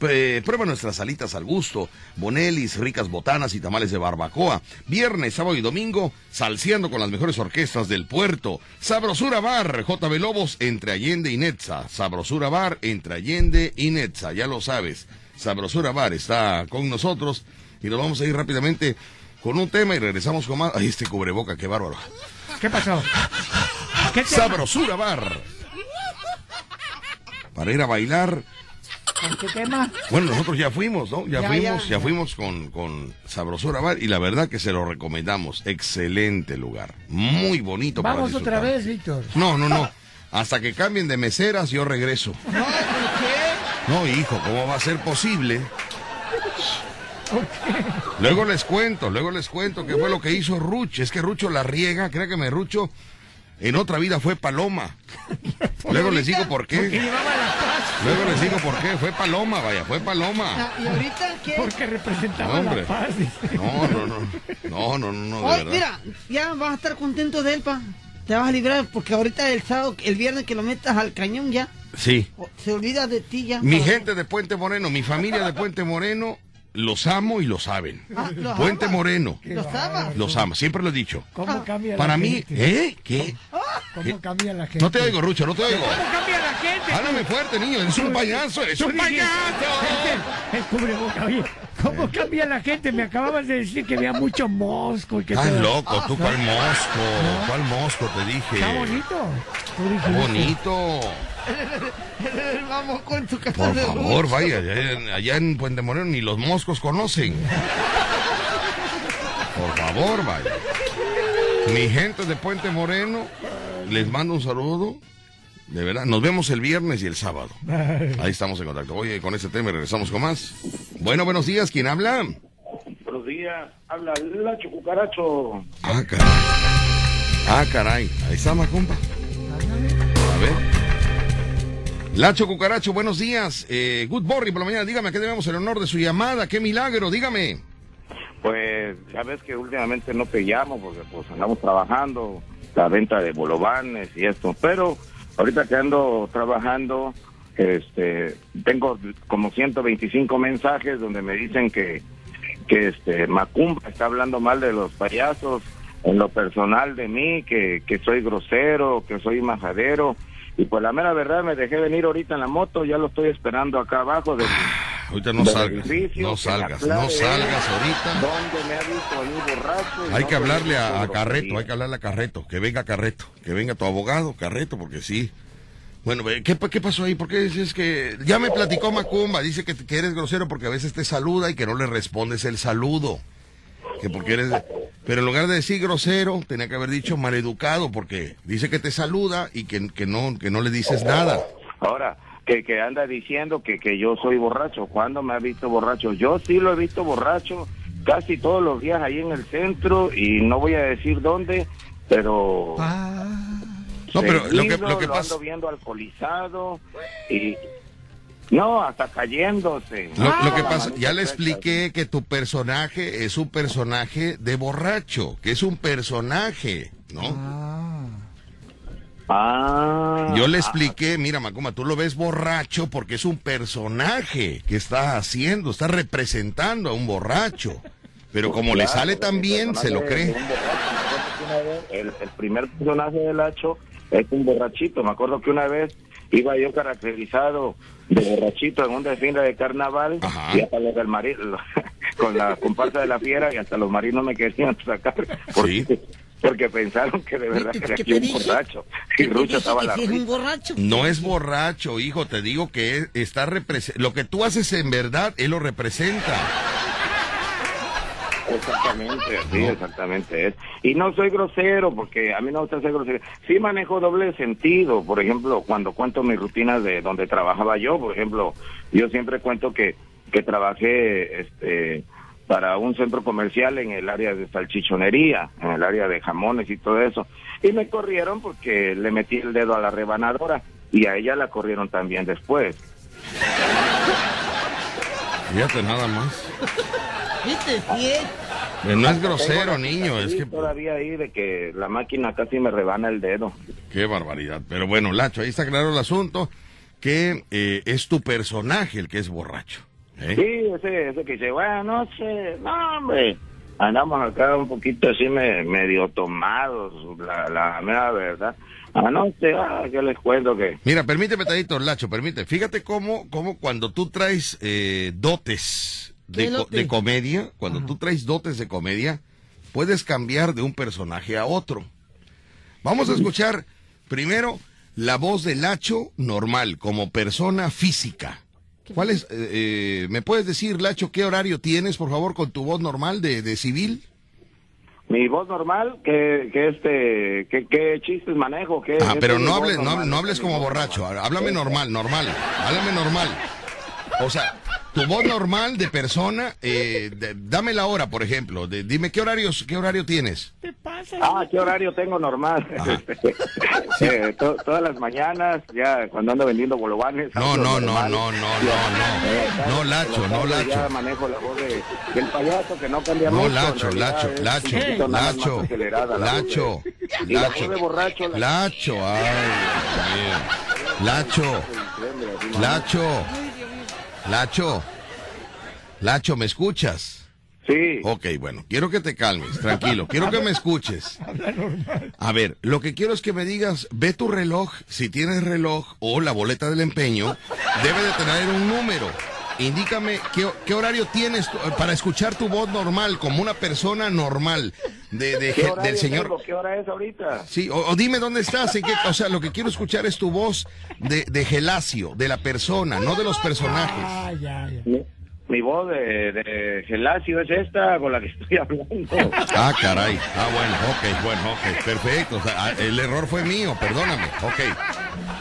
Eh, prueba nuestras alitas al gusto, bonelis, ricas botanas y tamales de barbacoa. Viernes, sábado y domingo, salseando con las mejores orquestas del puerto. Sabrosura Bar, JB Lobos, entre Allende y Netza. Sabrosura Bar, entre Allende y Netza, ya lo sabes. Sabrosura Bar está con nosotros y nos vamos a ir rápidamente con un tema y regresamos con más. Ahí este cubreboca, qué bárbaro. ¿Qué pasó? ¿Qué te- Sabrosura Bar. Para ir a bailar. ¿Con qué tema? Bueno, nosotros ya fuimos, ¿no? Ya, Ya, fuimos, ya, ya, ya. fuimos con, con Sabrosura Bar y la verdad que se lo recomendamos. Excelente lugar, muy bonito. para Vamos otra disfrutar. vez, Víctor. No, no, no. Hasta que cambien de meseras yo regreso. No, hijo, ¿cómo va a ser posible? Luego les cuento, luego les cuento qué fue lo que hizo Rucho. Es que Rucho la riega, créanme, Rucho en otra vida *laughs* fue paloma. Luego les digo por qué. Llevaba la paz Luego les digo por qué. Fue paloma, vaya, fue paloma. Ah, ¿Y ahorita qué? porque representaba Hombre. la paz. dice. No, no, no. No, no, no, no, de Hoy, verdad. mira, ya vas a estar contento de él, pa. Te vas a librar porque ahorita el sábado, el viernes que lo metas al cañón ya, Sí. o- se olvida de ti ya. Mi pa. gente de Puente Moreno, mi familia de Puente Moreno, los amo y lo saben. Ah, ¿los Puente amas? Moreno, ¿Los amas? los amo, siempre lo he dicho. ¿Cómo cambia Para la mí, gente? ¿eh? ¿Qué? ¿Cómo cambia la gente? No te oigo, Rucho, no te oigo. ¿Cómo cambia la gente? Háblame fuerte, niño, eres un payaso, eres un payaso. El cubreboca, oye, ¿cómo cambia la gente? Me acababas de decir que había mucho mosco y que Estás todo. loco, tú cuál mosco, cuál mosco, te dije. Está bonito. Tú Está dijiste. bonito. *laughs* Vamos con tu casa Por de favor, vaya, allá en- allá en Puente Moreno ni los *laughs* moscos conocen. Por *laughs* favor, vaya. Mi gente de Puente Moreno, les mando un saludo. De verdad, nos vemos el viernes y el sábado. Ahí estamos en contacto. Oye, con este tema y regresamos con más. Bueno, buenos días, ¿quién habla? Buenos días, habla Lacho Cucaracho. Ah, caray. Ah, caray. Ahí está, Macumba. A ver. Lacho Cucaracho, buenos días. Eh, good morning por la mañana. Dígame, ¿a qué debemos el honor de su llamada? ¡Qué milagro! Dígame. Pues ya ves que últimamente no te llamo porque pues andamos trabajando la venta de bolovanes y esto, pero ahorita que ando trabajando este tengo como 125 mensajes donde me dicen que que este Macumba está hablando mal de los payasos en lo personal de mí que, que soy grosero que soy majadero y pues la mera verdad me dejé venir ahorita en la moto ya lo estoy esperando acá abajo de Ahorita no Del salgas, edificio, no que salgas, la no clave salgas era ahorita. donde eh, me ha visto a mí borracho y Hay no que hablarle soy a, a grosero. Carreto, hay que hablarle a Carreto, que venga Carreto, que venga tu abogado, Carreto, porque sí. Bueno, ve, ¿qué, pa- qué pasó ahí? Porque es, es que ya me platicó Macumba, dice que, que eres grosero porque a veces te saluda y que no le respondes el saludo. Que porque eres... Pero en lugar de decir grosero, tenía que haber dicho maleducado, porque dice que te saluda y que, que no, que no le dices nada. Ahora, que, que anda diciendo que, que yo soy borracho. ¿Cuándo me ha visto borracho? Yo sí lo he visto borracho casi todos los días ahí en el centro y no voy a decir dónde, pero... No, pero lo que, seguido lo que pasa... ando viendo alcoholizado y... No, hasta cayéndose. Lo, lo que La pasa, manita ya chueca, le expliqué que tu personaje es un personaje de borracho, que es un personaje, ¿no? Ah. sí. Ah. Yo le expliqué, mira, Macuma, tú lo ves borracho porque es un personaje que está haciendo, está representando a un borracho. Pero como le Pues Claro, sale el tan bien, se lo personaje cree. es un borracho. Me acuerdo que una vez, El, el primer personaje del Hacho es un borrachito. Me acuerdo que una vez iba yo caracterizado de borrachito en un desfile de carnaval Ajá. y hasta los del mari- *laughs* con la comparsa de la fiera y hasta los marinos me querían sacar porque, Sí. porque pensaron que de verdad ¿Qué te- era qué aquí un te dije? borracho y Rucho estaba a la Es un risa. borracho. No es borracho, hijo, te digo que es- está represe- lo que tú haces en verdad, él lo representa. Exactamente, sí, exactamente es. Y no soy grosero, porque a mí no me gusta ser grosero. Sí manejo doble sentido, por ejemplo, cuando cuento mis rutinas de donde trabajaba yo, por ejemplo, yo siempre cuento que, que trabajé este, para un centro comercial en el área de salchichonería, en el área de jamones y todo eso. Y me corrieron porque le metí el dedo a la rebanadora y a ella la corrieron también después. Fíjate nada más. ¿Viste? Sí es. Pero No es Tengo grosero, la niño, es cicatriz que... Todavía ahí de que la máquina casi me rebana el dedo. Qué barbaridad. Pero bueno, Lacho, ahí está claro el asunto, que eh, es tu personaje el que es borracho. ¿eh? Sí, ese, ese que dice, buenas noches, no, hombre. Andamos acá un poquito así me- medio tomados, la, la mera verdad. Anoche, ah, yo les cuento que... Mira, permíteme, Tadito, Lacho, permíteme. Fíjate cómo, cómo cuando tú traes eh, dotes de, ¿Qué co- dotes? de comedia, cuando tú traes dotes de comedia, puedes cambiar de un personaje a otro. Vamos a escuchar primero la voz de Lacho normal, como persona física. ¿Cuál es? eh, eh, ¿Me puedes decir, Lacho, qué horario tienes, por favor, con tu voz normal de, de civil? Mi voz normal, que, que este, que, que chistes manejo, que... Ah, esta pero es mi no voz hables, no, normal, no esta hables es mi como voz borracho. normal. Háblame normal, normal. Háblame normal. O sea, tu voz normal de persona, eh, de- dame la hora, por ejemplo. De- dime qué horarios, qué horario tienes. ¿Qué pasa? Ah, ¿qué horario tengo normal? *laughs* Eh, to- todas las mañanas, ya cuando ando vendiendo bolovanes. No, hablo no, no, normal. no, no, no, no. No, Lacho, no, Ya Lacho. manejo la voz de- del payaso que no cambia No, mucho. Lacho, en realidad Lacho, es un Lacho, poquito nada más Lacho, acelerada la voz de- Lacho, Y la voz Lacho, de borracho, la- Lacho, ay, Dios mío. Lacho, Lacho, Lacho, Lacho, ¿me escuchas? Sí. Ok, bueno, quiero que te calmes, tranquilo, quiero que me escuches. A ver, lo que quiero es que me digas, ve tu reloj, si tienes reloj o la boleta del empeño, debe de tener un número. Indícame qué, qué horario tienes tú, eh, para escuchar tu voz normal, como una persona normal, de, de- ¿Qué horario del tengo? señor. ¿Qué hora es ahorita? Sí, o, o dime dónde estás, en qué- o sea, lo que quiero escuchar es tu voz de, de Gelacio, de la persona, no de los personajes. Ay, ay, ay. Mi, mi voz de, de Gelacio es esta con la que estoy *laughs* hablando. Ah, caray. Ah, bueno, ok, bueno, ok, perfecto. O sea, ah, el error fue mío, perdóname. Ok.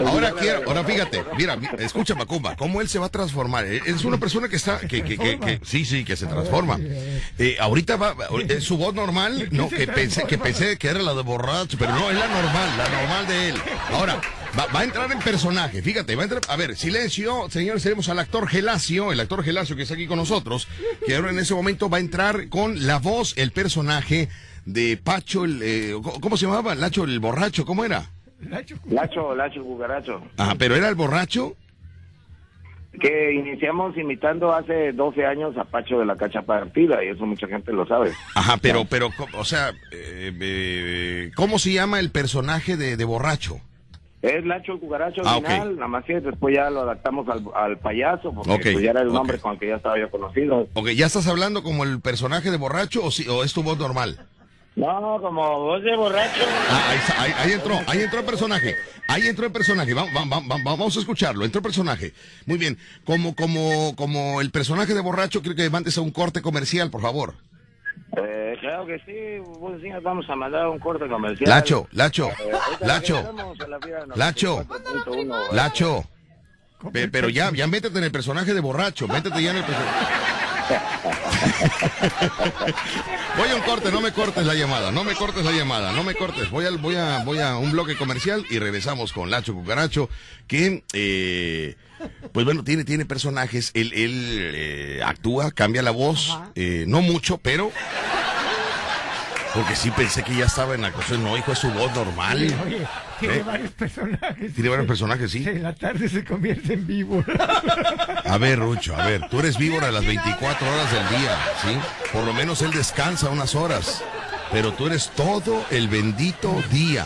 Ahora quiero, ahora fíjate, mira, mi- escucha Macumba, cómo él se va a transformar. Eh, Es una persona que está, que, que, que, que- sí, sí, que se transforma. Eh, ahorita va, es su voz normal, no, que pensé, que pensé que era la de borracho, pero no, es la normal, la normal de él. Ahora, va, va a entrar en personaje, fíjate, va a entrar, a ver, silencio, señores, tenemos al actor Gelacio, el actor Gelacio que está aquí con nosotros, que ahora en ese momento va a entrar con la voz, el personaje de Pacho, el, eh, ¿cómo se llamaba? Lacho, el borracho, ¿cómo era? Lacho, Lacho, Lacho, cucaracho. Ah, pero era el borracho. que iniciamos imitando hace 12 años a Pacho de la Cacha Partida, y eso mucha gente lo sabe. Ajá, pero, pero, co- o sea, eh, eh, ¿cómo se llama el personaje de, de borracho? Es Nacho el Cucaracho Ah, al final, ok. nada más que después ya lo adaptamos al, al payaso, porque Ok, pues, ya era el ok. nombre con el que ya estaba yo conocido. Ok, ¿ya estás hablando como el personaje de borracho o, si- o es tu voz normal? No, como voz de borracho. Ah, ahí, está, ahí- ahí entró, ahí entró el personaje. Ahí entró el personaje. Vamos, vamos, vamos a escucharlo. Entró el personaje. Muy bien. Como, como, como el personaje de borracho, quiero que mandes a un corte comercial, por favor. Eh, claro que sí, buenos días, vamos a mandar un corte comercial. Lacho, Lacho, Eh, ahorita Lacho, regresamos a la fiera Lacho. eh. 94.1. Lacho. Pe- Pero ya, ya métete en el personaje de borracho. Métete ya en el personaje. Voy a un corte, no me cortes la llamada, no me cortes la llamada, no me cortes. Voy al, voy a, voy a un bloque comercial y regresamos con Lacho Cucaracho, que eh, pues bueno, tiene, tiene personajes, él, él eh, actúa, cambia la voz, eh, no mucho, pero porque sí pensé que ya estaba en la actuación, no, hijo, es su voz normal. Oye, tiene ¿Eh? varios personajes. Tiene varios personajes, sí. En la tarde se convierte en vivo. A ver, Rucho, a ver, tú eres víbora a las 24 horas del día, ¿sí? Por lo menos él descansa unas horas, pero tú eres todo el bendito día.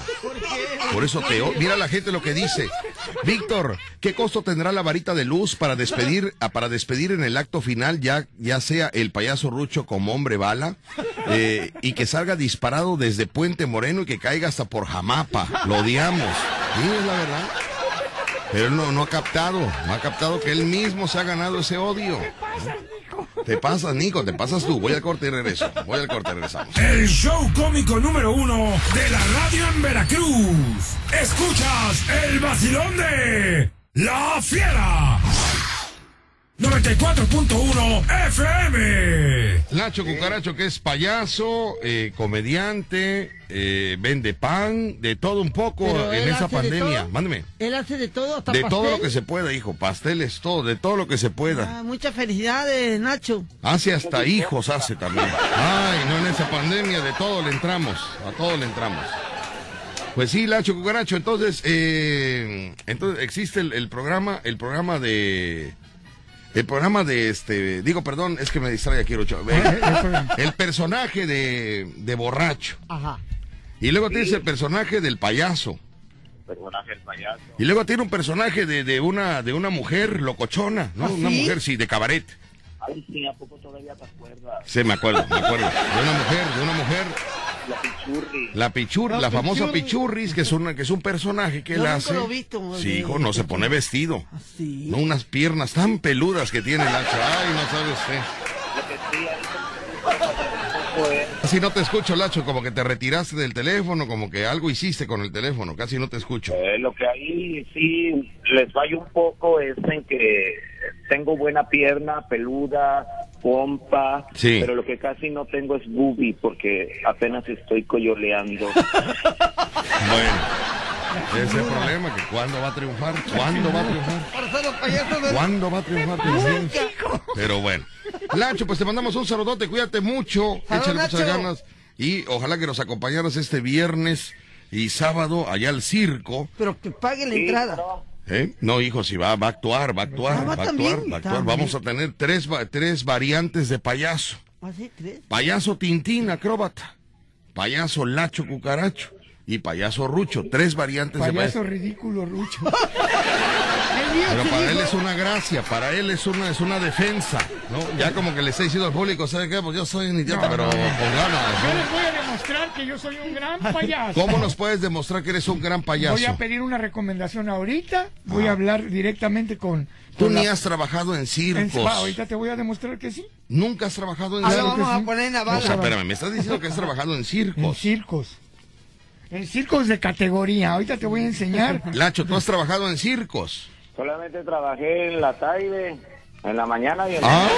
Por eso te... o- Mira la gente lo que dice. Víctor, ¿qué costo tendrá la varita de luz para despedir, ah, para despedir en el acto final, ya, ya sea el payaso Rucho como hombre bala, eh, y que salga disparado desde Puente Moreno y que caiga hasta por Jamapa? Lo odiamos. Sí, es la verdad. Pero él no, no ha captado, no ha captado que él mismo se ha ganado ese odio. Te pasas, Nico, te pasas tú. Voy al corte y regreso. Voy al corte *laughs* y regresamos. El show cómico número uno de la radio en Veracruz. Escuchas el vacilón de La Fiera. 94.1 FM. Nacho Cucaracho, que es payaso, eh, comediante, eh, vende pan, de todo un poco Pero en él esa hace de pandemia. todo. Mándeme. Él hace de todo hasta De pastel. todo lo que se pueda, hijo. Pasteles, todo, de todo lo que se pueda. Ah, muchas felicidades, Nacho. Hace hasta hijos, hace también. Ay, no en esa pandemia, de todo le entramos, a todo le entramos. Pues sí, Lacho Cucaracho, entonces, eh, entonces existe el, el programa, el programa de, el programa de este, digo, perdón, es que me distrae aquí, Rucho. Eh, el personaje de, de borracho. *laughs* Ajá. Y luego tienes el personaje del payaso. Personaje el payaso. Y luego tiene un personaje de, de una, de una mujer locochona, ¿no? Una mujer, sí, de cabaret. Ay, sí, ¿a poco todavía te acuerdas? Sí, me acuerdo, me acuerdo. De una mujer, de una mujer. La pichurri. La pichur, la, famosa pichurris, que es una, que es un personaje que Yo él nunca hace. lo he visto, sí, Ah, de- hijo, no se pone vestido. Sí. No unas piernas tan peludas que tiene Nacho. Ay, no sabe usted. Lo que sí, ahorita- Joder. Casi no te escucho, Lacho, como que te retiraste del teléfono, como que algo hiciste con el teléfono, casi no te escucho. Eh, lo que ahí sí les fallo un poco es en que tengo buena pierna, peluda, pompa, Sí. pero lo que casi no tengo es boobie porque apenas estoy *laughs* coyoleando. Bueno. Ese es el problema, que cuándo va a triunfar, cuándo va a triunfar, Para ser los payasos de... cuándo va a triunfar. Pero bueno. Lacho, pues te mandamos un saludote, cuídate mucho, échale muchas Nacho. ganas y ojalá que nos acompañaras este viernes y sábado allá al circo. Pero que pague la entrada. ¿Eh? No, hijo, si va, va a actuar, va a actuar, Ah, va va a actuar, también, va a actuar. también. Vamos a tener tres, va- tres variantes de payaso. ¿Así ¿Ah, crees? Payaso Tintín, acróbata. Payaso Lacho Cucaracho. Y payaso Rucho. Tres variantes de payaso. Payaso ridículo, *laughs* Rucho. Pero para él es una gracia, para él es una, es una defensa. ¿no? Ya como que le está diciendo al público, ¿sabe qué? Pues yo soy un idiota, pero con ganas. Yo ¿no? les voy a demostrar que yo soy un *laughs* gran payaso. ¿Cómo nos puedes demostrar que eres un gran payaso? Ah. Voy a pedir una recomendación ahorita. Voy a hablar directamente con. Tú con la- ni has trabajado en en- circos. Va, ahorita Ah, te voy a demostrar que sí. Nunca has trabajado en Ahora circos. vamos que a sí. poner en la O sea, bala. espérame, me estás diciendo que has trabajado en En circos. circos. En circos de categoría. Ahorita te voy a *laughs* enseñar. Lacho, tú has trabajado en circos. Solamente trabajé en la tarde, en la mañana y en la Ah,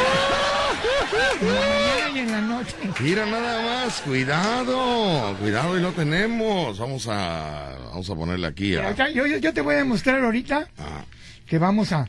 En la mañana y en la noche. mira nada más, cuidado, cuidado y lo tenemos. Vamos a, vamos a ponerle aquí. A, Ahorita- Yo, yo- yo te voy a demostrar ahorita Ah, que vamos a.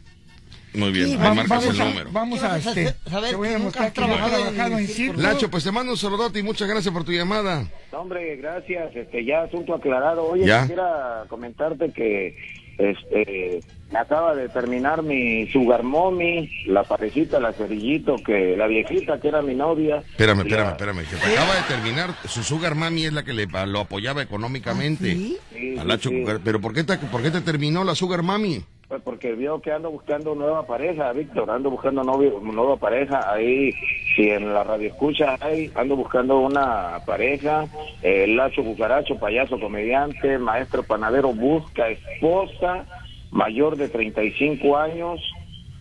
muy bien, ahí va- marcas vamos el a, número. Vamos a, Vamos a este. hacer- saber te voy a que nunca demostrar has que yo he trabajado en trabajado en circos. circos. Lacho, pues te mando un saludote y muchas gracias por tu llamada. No, hombre, gracias. Este, ya asunto aclarado. Oye, Ya. quisiera comentarte que Este, acaba de terminar mi sugar mommy, la parejita, la cerillito, que la viejita que era mi novia. Espérame, Y la- espérame, espérame. Que acaba de terminar. Su Sugar Mami es la que le, lo apoyaba ¿Ah, económicamente. Sí, A sí, Lacho sí. Cucar- Pero ¿por qué, te, ¿por qué te terminó la Sugar Mami? Pues porque vio que ando buscando nueva pareja, Víctor, ando buscando novio, nueva pareja ahí, si en la radio escucha ahí, ando buscando una pareja, eh, Lacho Cucaracho, payaso comediante, maestro panadero, busca esposa mayor de 35 años,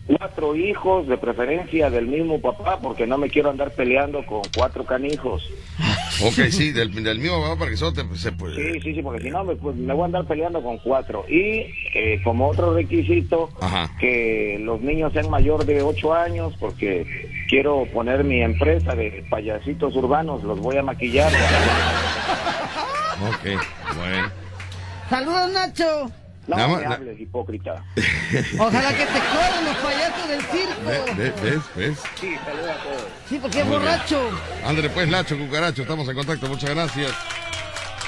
cuatro hijos de preferencia del mismo papá, porque no me quiero andar peleando con cuatro canijos. Ok, sí, del, del mío, papá, para que eso te- se pues, Sí, sí, sí, porque si no me, pues, me voy a andar peleando con cuatro. Y eh, como otro requisito, Ajá. que los niños sean mayor de ocho años, porque quiero poner mi empresa de payasitos urbanos, los voy a maquillar. Ok, bueno. Saludos, Nacho. No Nada me más- hables, hipócrita. Ojalá que te corran los payasos del Ve- circo. ve- ¿Ves? ¿Ves? Sí, saludos a todos. Sí, porque es Muy bien. borracho. Ándale, pues, Lacho Cucaracho, estamos en contacto, muchas gracias.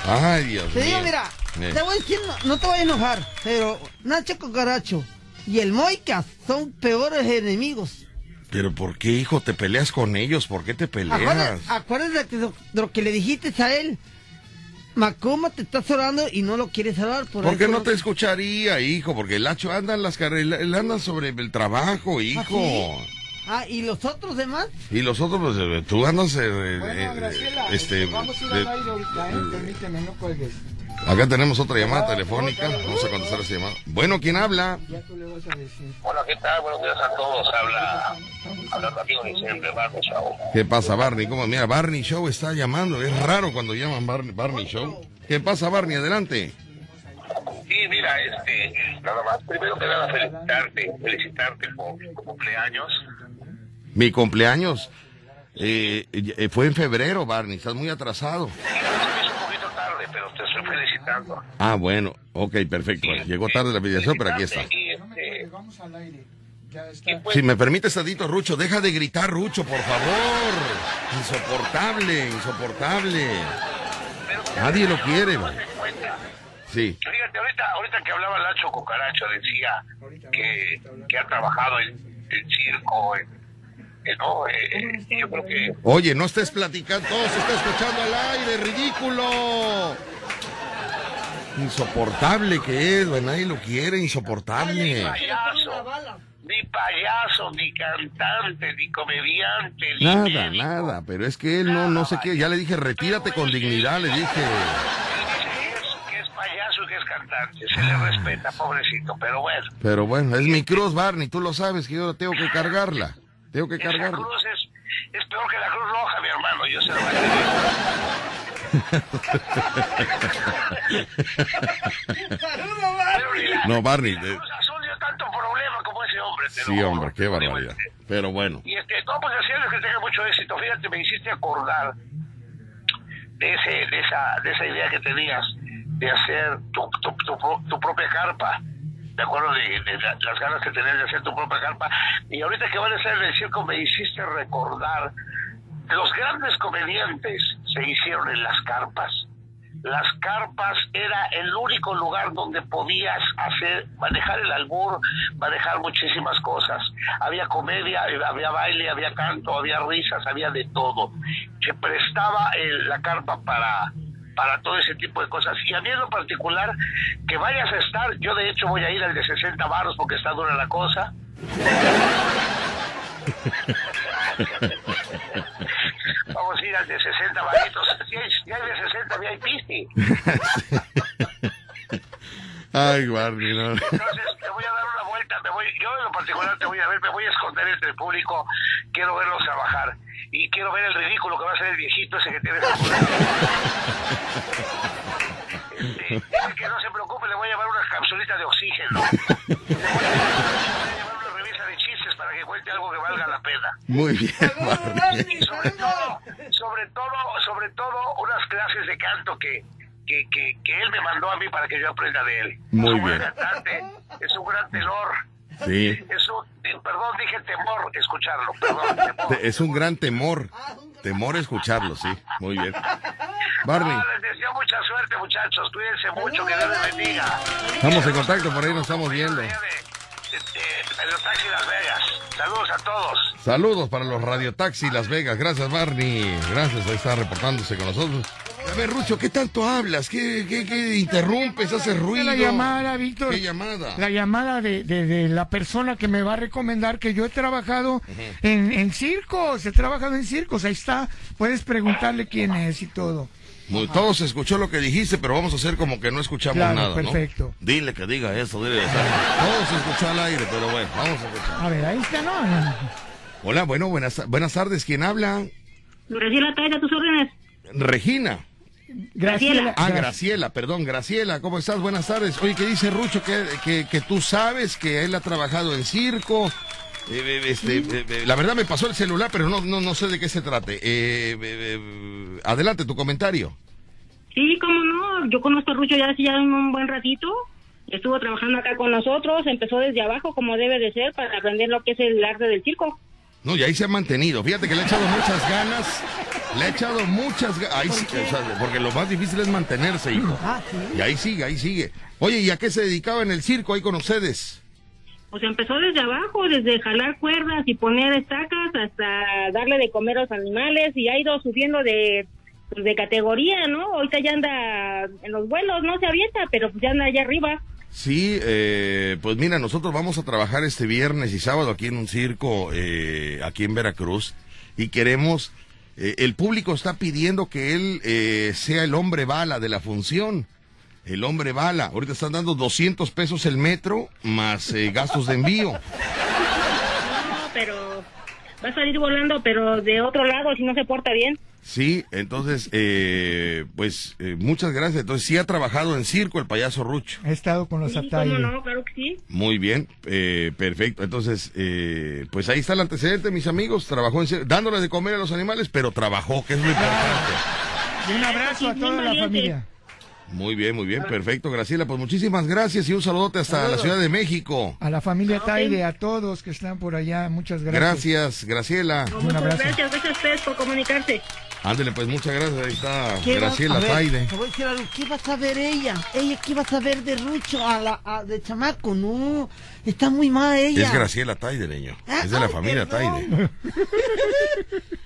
Ay, Dios Te digo, mío. mira, Eh, te voy diciendo, no te voy a enojar, pero Nacho Cucaracho y el Moicas son peores enemigos. Pero ¿por qué, hijo, te peleas con ellos? ¿Por qué te peleas? Acuérdate, acuérdate de, lo- de lo que le dijiste a él. Macoma te estás orando y no lo quieres orar. Por Porque eso no te escucharía, hijo, porque el Lacho anda en las carreras, él anda sobre el trabajo, hijo. Ah, ¿y los otros demás? Y los otros, pues, eh, tú andas, eh, eh, Bueno, eh, Graciela, este, vamos a ir de- al aire ahorita, ¿eh? Permíteme, no cuelgues. acá tenemos otra llamada telefónica, vamos a contestar esa llamada. Bueno, ¿quién habla? Ya tú le vas a decir. Hola, ¿qué tal? Buenos días a todos. Habla, habla tu amigo de siempre, Marco Chao. ¿Qué pasa, Barney? ¿Cómo? Mira, Barney Show está llamando, es raro cuando llaman Barney, Barney Oh, Show. ¿Qué pasa, Barney? Adelante. Sí, mira, este, nada más, primero que nada, felicitarte, felicitarte por tu cumpleaños. Mi cumpleaños eh, eh, fue en febrero, Barney, estás muy atrasado. Es un poquito tarde, pero te estoy felicitando. Ah, bueno, ok, perfecto. Llegó tarde la felicitación, petición, pero aquí está. Y, este, Vamos al aire. Ya y está. pues, Si me permites, Tadito Rucho, deja de gritar, Rucho, por favor. Insoportable, insoportable. Nadie lo quiere, man. date cuenta. Sí. Fíjate, ahorita, ahorita que hablaba Lacho Cucaracho, decía que, que ha trabajado en el circo, en, en- no, Eh, eh, yo creo que Oye, no estés platicando, todo se está escuchando al aire, ridículo. Insoportable que es, güey, nadie lo quiere, insoportable. payaso, ni payaso, ni cantante, ni comediante, ni Nada, médico. nada, pero es que él no, no sé qué, ya le dije, retírate con dignidad, le dije. Él dice que es, que es payaso y que es cantante, se le respeta, pobrecito, pero bueno. Pero bueno, es mi cruz, Barney, tú lo sabes que yo tengo que cargarla. Tengo que Esa cargarla. cruz es, es peor que la cruz roja, mi hermano, yo se lo voy a decir. Pero ni la- No, Barney, ni la eh. cruz azul dio tanto problema como ese hombre. te lo Sí, juro. hombre, qué barbaridad. Pero bueno. Y este, no, pues desearles que tenga mucho éxito. Fíjate, me hiciste acordar de, ese, de, esa, de esa idea que tenías de hacer tu, tu, tu pro- tu propia carpa. De acuerdo de, de la- las ganas que tenías de hacer tu propia carpa. Y ahorita que van a hacer el circo, me hiciste recordar los grandes comediantes se hicieron en las carpas. Las carpas era el *laughs* único lugar donde podías hacer, manejar el albur, manejar muchísimas cosas. Había comedia, había baile, había canto, había risas, había de todo. Se prestaba el- la carpa para, para todo ese tipo de cosas. Y a mí en lo particular, que vayas a estar, yo de hecho voy a ir al de 60 baros porque está dura la cosa. Vamos a ir al de 60 varitos. Si hay, si hay de 60 VIP. *laughs* Ay, Barney, no. Entonces, te voy a dar una vuelta. Me voy, yo en lo particular te voy a ver, me voy a esconder entre el público. Quiero verlos trabajar. Y quiero ver el ridículo que va a ser el viejito ese que tienes. al lado. Este, dile que no se preocupe, le voy a llevar unas capsulitas de oxígeno. Le voy a llevar una revista de chistes para que cuente algo que valga la pena. Muy bien, Barney. Y sobre todo, sobre todo, sobre todo unas clases de canto que, que, que, que él me mandó a mí para que yo aprenda de él. Muy es un bien. gran cantante, es un gran tenor, Sí. es un, eh, perdón, dije temor escucharlo, perdón, temor. Te- Es un gran temor. Temor a escucharlo, sí. *laughs* Muy bien. Barney, Ah, les deseo mucha suerte, muchachos. Cuídense mucho, que Dios les bendiga. estamos en contacto, por ahí nos estamos viendo. Taxi Las Vegas. Saludos a todos. Saludos para los Radiotaxi Las Vegas. Gracias, Barney. Gracias, ahí está reportándose con nosotros. A ver, Rucho, ¿qué tanto hablas? ¿Qué, qué, qué interrumpes? ¿Haces ruido? La llamada, Víctor. ¿Qué llamada? La llamada de, de- de la persona que me va a recomendar que yo he trabajado en, en circos, he trabajado en circos, ahí está. Puedes preguntarle quién es y todo. Muy- Todo se escuchó lo que dijiste, pero vamos a hacer como que no escuchamos Claro, nada, ¿no? perfecto. Dile que diga eso, dile. Todo se escuchó al aire, pero bueno, vamos a escuchar. A ver, ahí está, ¿no? Hola, bueno, buenas, buenas tardes. ¿Quién habla? Graciela, traes a tus órdenes. Regina. Graciela. Ah, Graciela, perdón, Graciela, ¿cómo estás? Buenas tardes. Oye, ¿qué dice Rucho? Que, que, que tú sabes que él ha trabajado en circo. Eh, eh, este, eh, eh, la verdad me pasó el celular, pero no, no, no sé de qué se trate. Eh, eh, eh, adelante, tu comentario. Sí, cómo no. Yo conozco a Rucho ya hace ya un, un buen ratito. Estuvo trabajando acá con nosotros. Empezó desde abajo, como debe de ser, para aprender lo que es el arte del circo. No, y ahí se ha mantenido. Fíjate que le ha echado muchas ganas. Le ha echado muchas ganas. porque lo más difícil es mantenerse, hijo. Y ahí sigue, ahí sigue. Oye, ¿y a qué se dedicaba en el circo ahí con ustedes? Pues empezó desde abajo, desde jalar cuerdas y poner estacas hasta darle de comer a los animales y ha ido subiendo de, pues, de categoría, ¿no? Ahorita ya anda en los vuelos, no se avienta, pero pues ya anda allá arriba. Sí, eh, pues mira, nosotros vamos a trabajar este viernes y sábado aquí en un circo, eh, aquí en Veracruz, y queremos, eh, el público está pidiendo que él eh, sea el hombre bala de la función. El hombre bala, ahorita están dando 200 pesos el metro más eh, gastos de envío. No, pero va a salir volando, pero de otro lado si no se porta bien. Sí, entonces, eh, pues eh, muchas gracias. Entonces, sí ha trabajado en circo el payaso Rucho. He estado con los Sí, cómo atallos. no, claro que sí. Muy bien, eh, perfecto. Entonces, eh, pues ahí está el antecedente, mis amigos. Trabajó en circo, dándole de comer a los animales, pero trabajó, que es lo importante. Y un abrazo a toda la familia. Muy bien, muy bien, perfecto, Graciela. Pues muchísimas gracias y un saludote hasta la Ciudad de México. A la Ah, familia Taide, a todos que están por allá, muchas gracias. Gracias, Graciela. Un Muchas abrazo. gracias, gracias a ustedes por comunicarse. Ándele, pues muchas gracias. Ahí está ¿Qué va- a Ah, Graciela ver, Taide. Te voy a decir algo, ¿qué va a saber ella? ¿Ella qué va a saber de Rucho, a la, a- de chamaco? No, está muy mal ella. Es Graciela Taide, niño. Ah, Es de la familia Taide.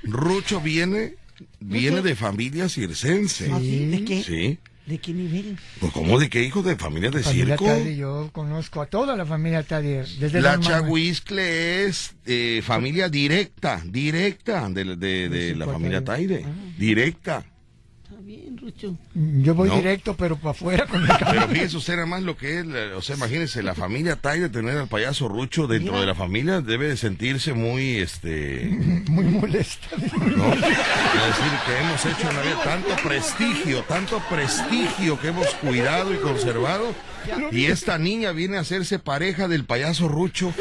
Rucho viene, viene de familia circense. sí? ¿De qué? Sí. ¿De qué nivel? Pues, ¿Cómo de qué hijo de familia de Familia circo? Taide, yo conozco a toda la familia Taide. Desde La Don Manuel. Chahuiscle es eh, familia directa, directa de, de- de la familia Ah. Taide. *laughs* Directa. Está bien, Rucho. Yo voy No. directo, pero para afuera con el Pero fíjese usted nada más lo que es, la- o sea, imagínese, la familia Taide tener al payaso Rucho dentro de la familia debe de sentirse muy, este, Muy molesta. ¿no? Es decir, que hemos hecho una vida tanto prestigio, tanto prestigio que hemos cuidado y conservado, y esta niña viene a hacerse pareja del payaso Rucho.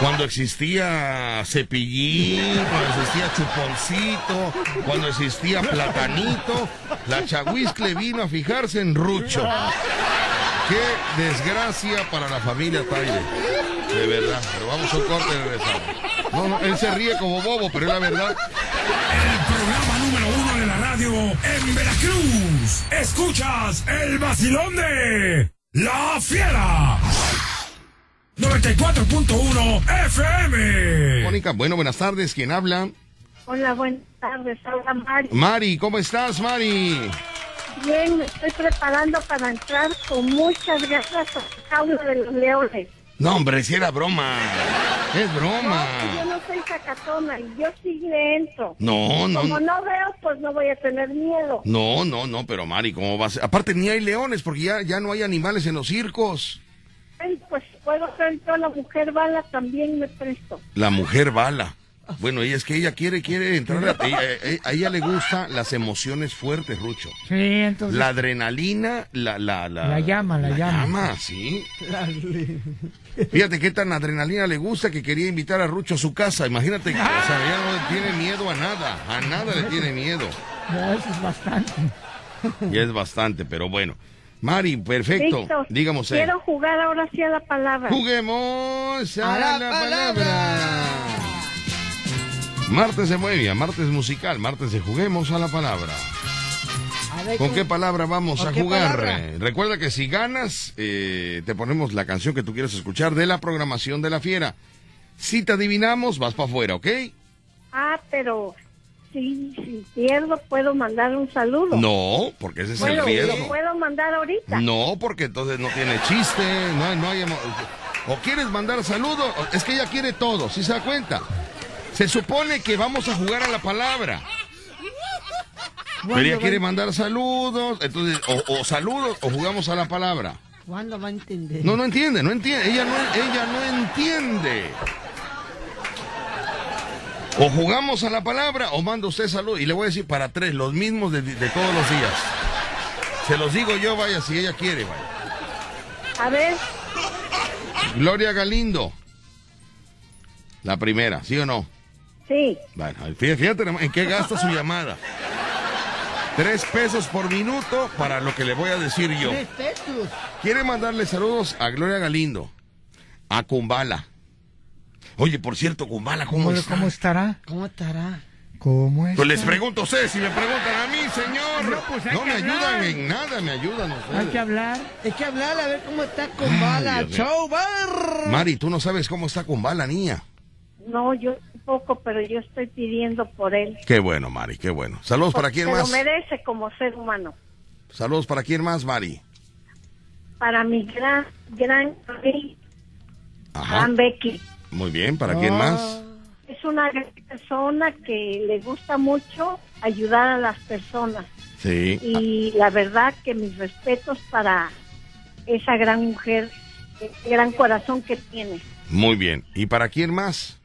Cuando existía Cepillín, cuando existía Chuponcito, cuando existía Platanito, la Chahuiscle vino a fijarse en Rucho. Qué desgracia para la familia Taide. De verdad, pero vamos a un corte y regresamos. No, no, él se ríe como bobo, pero es la verdad. Programa número uno de la radio en Veracruz. Escuchas el vacilón de La Fiera. 94.1 FM. Mónica, bueno, buenas tardes. ¿Quién habla? Hola, buenas tardes. Hola, Mari. Mari, ¿cómo estás, Mari? Bien, me estoy preparando para entrar con muchas gracias a Jaula de los Leones. No, hombre, si era broma. Es broma. Yo no soy sacatona y yo sí le entro. No, no, Como no. no veo, pues no voy a tener miedo. No, no, no, pero Mari, ¿cómo va a ser? Aparte, ni hay leones, porque ya, ya no hay animales en los circos. Ay, pues puedo ser yo la mujer bala, también me presto. La mujer bala. Bueno, y es que ella quiere, quiere entrar. A, ella- a- a ella le gustan las emociones fuertes, Rucho. Sí, entonces. La adrenalina, la, la, la, La llama, la llama. sí. Fíjate qué tan adrenalina le gusta que quería invitar a Rucho a su casa. Imagínate que o sea, ella no le tiene miedo a nada. A nada le tiene miedo. Ya, eso es bastante. Ya es bastante, pero bueno. Mari, perfecto. Listo. Dígame usted. Quiero jugar ahora sí a la palabra. Juguemos a, A la, la palabra. Martes de Muevia, martes musical, martes de Juguemos a la Palabra. A ver, ¿Con qué palabra vamos ¿Con a qué jugar? palabra? Recuerda que si ganas, eh, te ponemos la canción que tú quieras escuchar de la programación de la fiera. Si te adivinamos, vas para afuera, ¿ok? Ah, pero sí, si pierdo, puedo mandar un saludo. No, porque ese es Bueno, el riesgo. puedo mandar ahorita. No, porque entonces no tiene chiste, no hay, no hay emo- O quieres mandar saludos, o- es que ella quiere todo, si se da cuenta? Se supone que vamos a jugar a la palabra. Pero ella quiere mandar saludos, entonces, o, o saludos, o jugamos a la palabra. ¿Cuándo va a entender? No, no entiende, no entiende, ella no, ella no entiende. O jugamos a la palabra, o manda usted salud, y le voy a decir para tres, los mismos de, de todos los días. Se los digo yo, vaya, si ella quiere, vaya. A ver, Gloria Galindo. La primera, ¿sí o no? sí. Bueno, fíjate, fíjate nomás en qué gasta su llamada. Tres pesos por minuto para lo que le voy a decir yo. Tres pesos. Quiere mandarle saludos a Gloria Galindo, a Kumbala. Oye, por cierto, Kumbala, ¿cómo Hola, está? ¿Cómo estará? ¿Cómo estará? ¿Cómo es? Pues les pregunto a ustedes, si me preguntan a mí, señor. No, pues hay que me ayudan hablar. en nada, me ayudan ustedes. Hay que hablar. Hay que hablar a ver cómo está con bala. Dios mío. Chau, bar. Mari, tú no sabes cómo está Kumbala, niña. No, yo tampoco, pero yo estoy pidiendo por él. Qué bueno, Mari, qué bueno. Saludos para Porque quién se más. lo merece como ser humano. Saludos para quién más, Mari. Para mi gran, gran, Ajá. gran Becky. Muy bien, ¿para quién más? Es una gran persona que le gusta mucho ayudar a las personas. Sí. Y la verdad que mis respetos para esa gran mujer, ese gran corazón que tiene. Muy bien. ¿Y para quién más?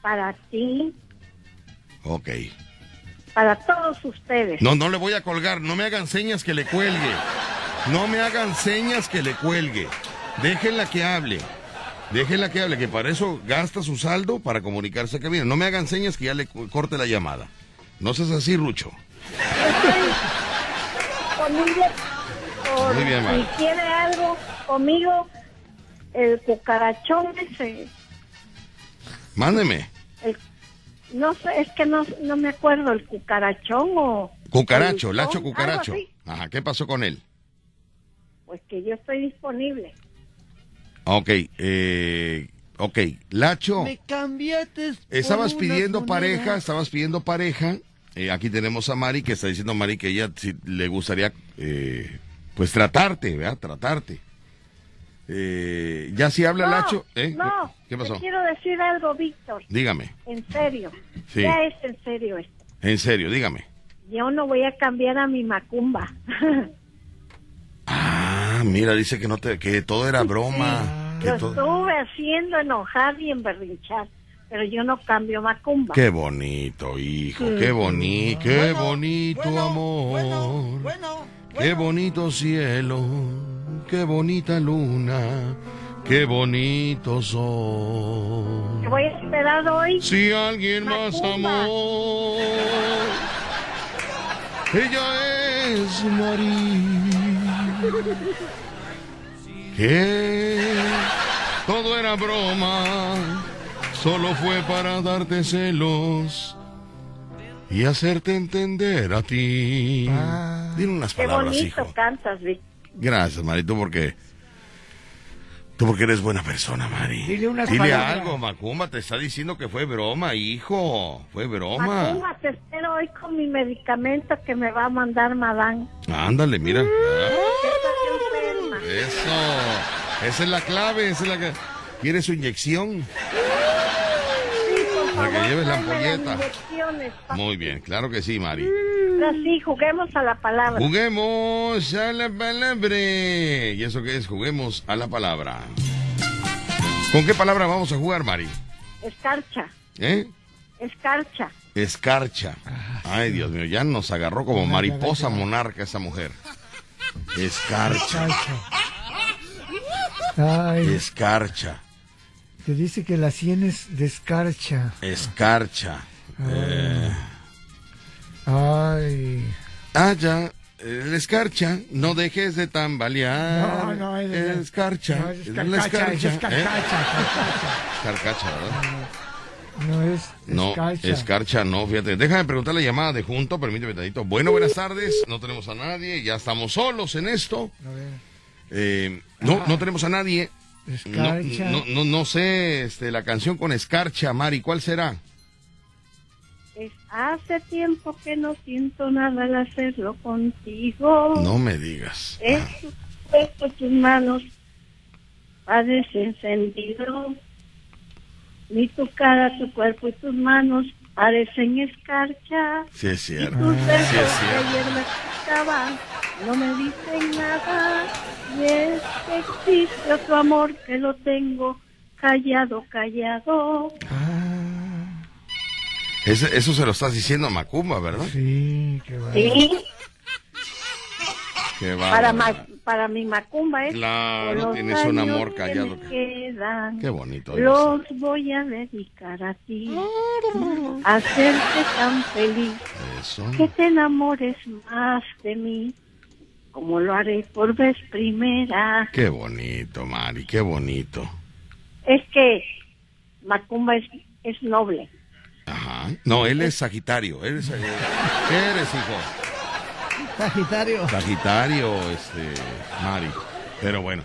Para ti, Ok. para todos ustedes. No, no le voy a colgar. No me hagan señas que le cuelgue. No me hagan señas que le cuelgue. Déjenla que hable. Déjenla que hable, que para eso gasta su saldo para comunicarse que viene. No me hagan señas que ya le cu- corte la llamada. No seas así, Rucho. Conmigo, por Muy bien, Mari. si quiere algo conmigo, el cucarachón ese, Mándeme. el- no sé, es que no, no me acuerdo, el cucarachón o... Cucaracho, el Lacho Tom, Cucaracho. algo así. Ajá, ¿qué pasó con él? Pues que yo estoy disponible. Ok, eh, ok. Lacho. Me cambiaste. por Estabas una pidiendo moneda. pareja, estabas pidiendo pareja. Eh, aquí tenemos a Mari que está diciendo Mari que ella sí le gustaría eh, pues tratarte, ¿verdad? Tratarte. Eh, ya si habla No, Lacho, ¿eh? no, ¿Qué pasó? Te quiero decir algo, Víctor, Dígame, en serio. Sí. Ya es en serio esto. en serio, dígame. Yo no voy a cambiar a mi macumba. Ah, mira, dice que no te, que todo era broma. que Lo todo- estuve haciendo enojar y emberrinchar, pero yo no cambio macumba. Qué bonito, hijo, qué Mm. bonito, qué bonito amor. Qué bonito cielo, qué bonita luna, qué bonito sol. Te voy a esperar hoy. Si alguien más Macumba. amor, ella es María. Que todo era broma, solo fue para darte celos y hacerte entender a ti. Dile unas Ah. Qué palabras, bonito hijo. cantas, Víctor. Gracias, Mari, tú porque. Tú porque eres buena persona, Mari. Dile unas palabras. algo, Macumba, te está diciendo que fue broma, hijo. Fue broma. Macumba, te espero hoy con mi medicamento que me va a mandar Madame. Ándale, mira. ¿Eh? Ah, Yo estoy enferma. Eso. Esa es la clave, esa es la que. ¿Quieres su inyección? Sí, por Para que favor, lleves la tráeme las ampolleta. inyecciones, pa- Muy bien, claro que sí, Mari. Ahora sí, juguemos a la palabra. Juguemos a la palabra. ¿Y eso qué es? Juguemos a la palabra. ¿Con qué palabra vamos a jugar, Mari? Escarcha, ¿Eh? escarcha. Escarcha. Ay, Dios mío, ya nos agarró como mariposa monarca esa mujer. Escarcha, Ay, escarcha, te dice que la sien es de escarcha. escarcha. Eh, Ay. ah, ya. El escarcha, no dejes de tambalear. No, no, es- es- escarcha. no, es la escarcha, es escarcha, ¿eh? escarcha. Escarcacha, ¿verdad? No es No, escarcha. escarcha no, fíjate. Déjame preguntar la llamada de junto, permíteme tantito. Bueno, buenas tardes, no tenemos a nadie, ya estamos solos en esto. Eh, no, no tenemos a nadie. No, Escarcha. no, no, no sé este, la canción con escarcha, Mari, ¿cuál será? Es- hace tiempo que no siento nada al hacerlo contigo. No me digas. Es tu cuerpo, tus manos parecen sentido. Ni tu cara, tu cuerpo y tus manos parecen escarcha. Sí, es cierto. Tus besos Sí, es que cierto. ayer me gustaban, no me dicen nada. Y es que existe otro amor que lo tengo callado, callado. Ese- eso se lo estás diciendo a Macumba, ¿verdad? Sí, qué va. Sí, Qué para, bárbaro. ma- para mi macumba es. Claro, por los tienes un años amor que callado. me quedan, Qué bonito. Ah, Los voy a dedicar a ti. Hacerte tan feliz Eso. que te enamores más de mí. Como lo haré por vez primera. Qué bonito, Mari, qué bonito. Es que Macumba es, es noble. Ajá. No, él es Sagitario. Él es Sagitario. ¿Qué eres, hijo? Sagitario. Sagitario, este, Mari. Pero bueno.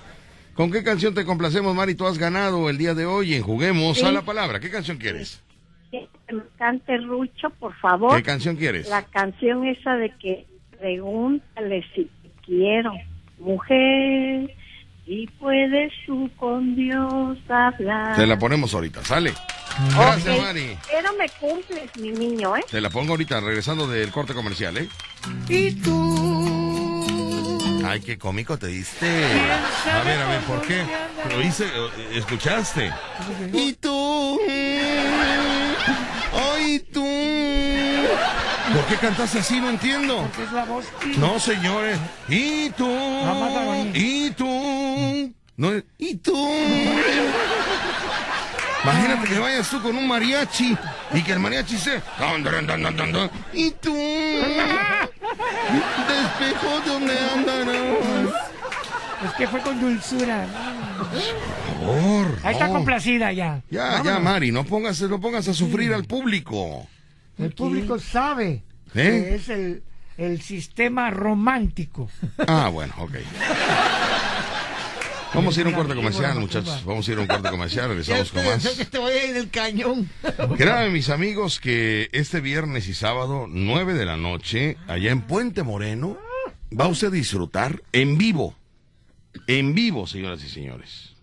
¿Con qué canción te complacemos, Mari? Tú has ganado el día de hoy en Juguemos Sí. a la Palabra. ¿Qué canción quieres? Que me cante Rucho, por favor. ¿Qué canción quieres? La canción esa de que pregúntale si te quiero, mujer, y puedes tú con Dios hablar. Te la ponemos ahorita, ¿sale? Ok, Gracias, Mari. Pero me cumples, mi niño, ¿eh? Te la pongo ahorita, regresando del corte comercial, ¿eh? Y tú. Ay, qué cómico te diste. A ver, a ver, ¿por qué? Lo hice, eh, escuchaste. Y tú. Hoy tú. ¿Por qué cantaste así? No entiendo. Porque es la voz. No, señores. Y tú. Y tú. No, y tú. Imagínate que vayas tú con un mariachi y que el mariachi se. Y tú. Despejo donde andarás. Es que fue con dulzura. Por Ahí está favor. complacida ya. Ya, ya, Vámonos. Mari, no pongas, no pongas a sufrir al público. El público sabe ¿Eh? que es el, el sistema romántico. Ah, bueno, ok. Vamos a ir a un corte comercial, muchachos. Vamos a ir a un corte comercial, regresamos con más. que te voy a ir del cañón. Créanme, mis amigos, que este viernes y sábado, 9 de la noche, allá en Puente Moreno, va usted a disfrutar en vivo, en vivo, señoras y señores,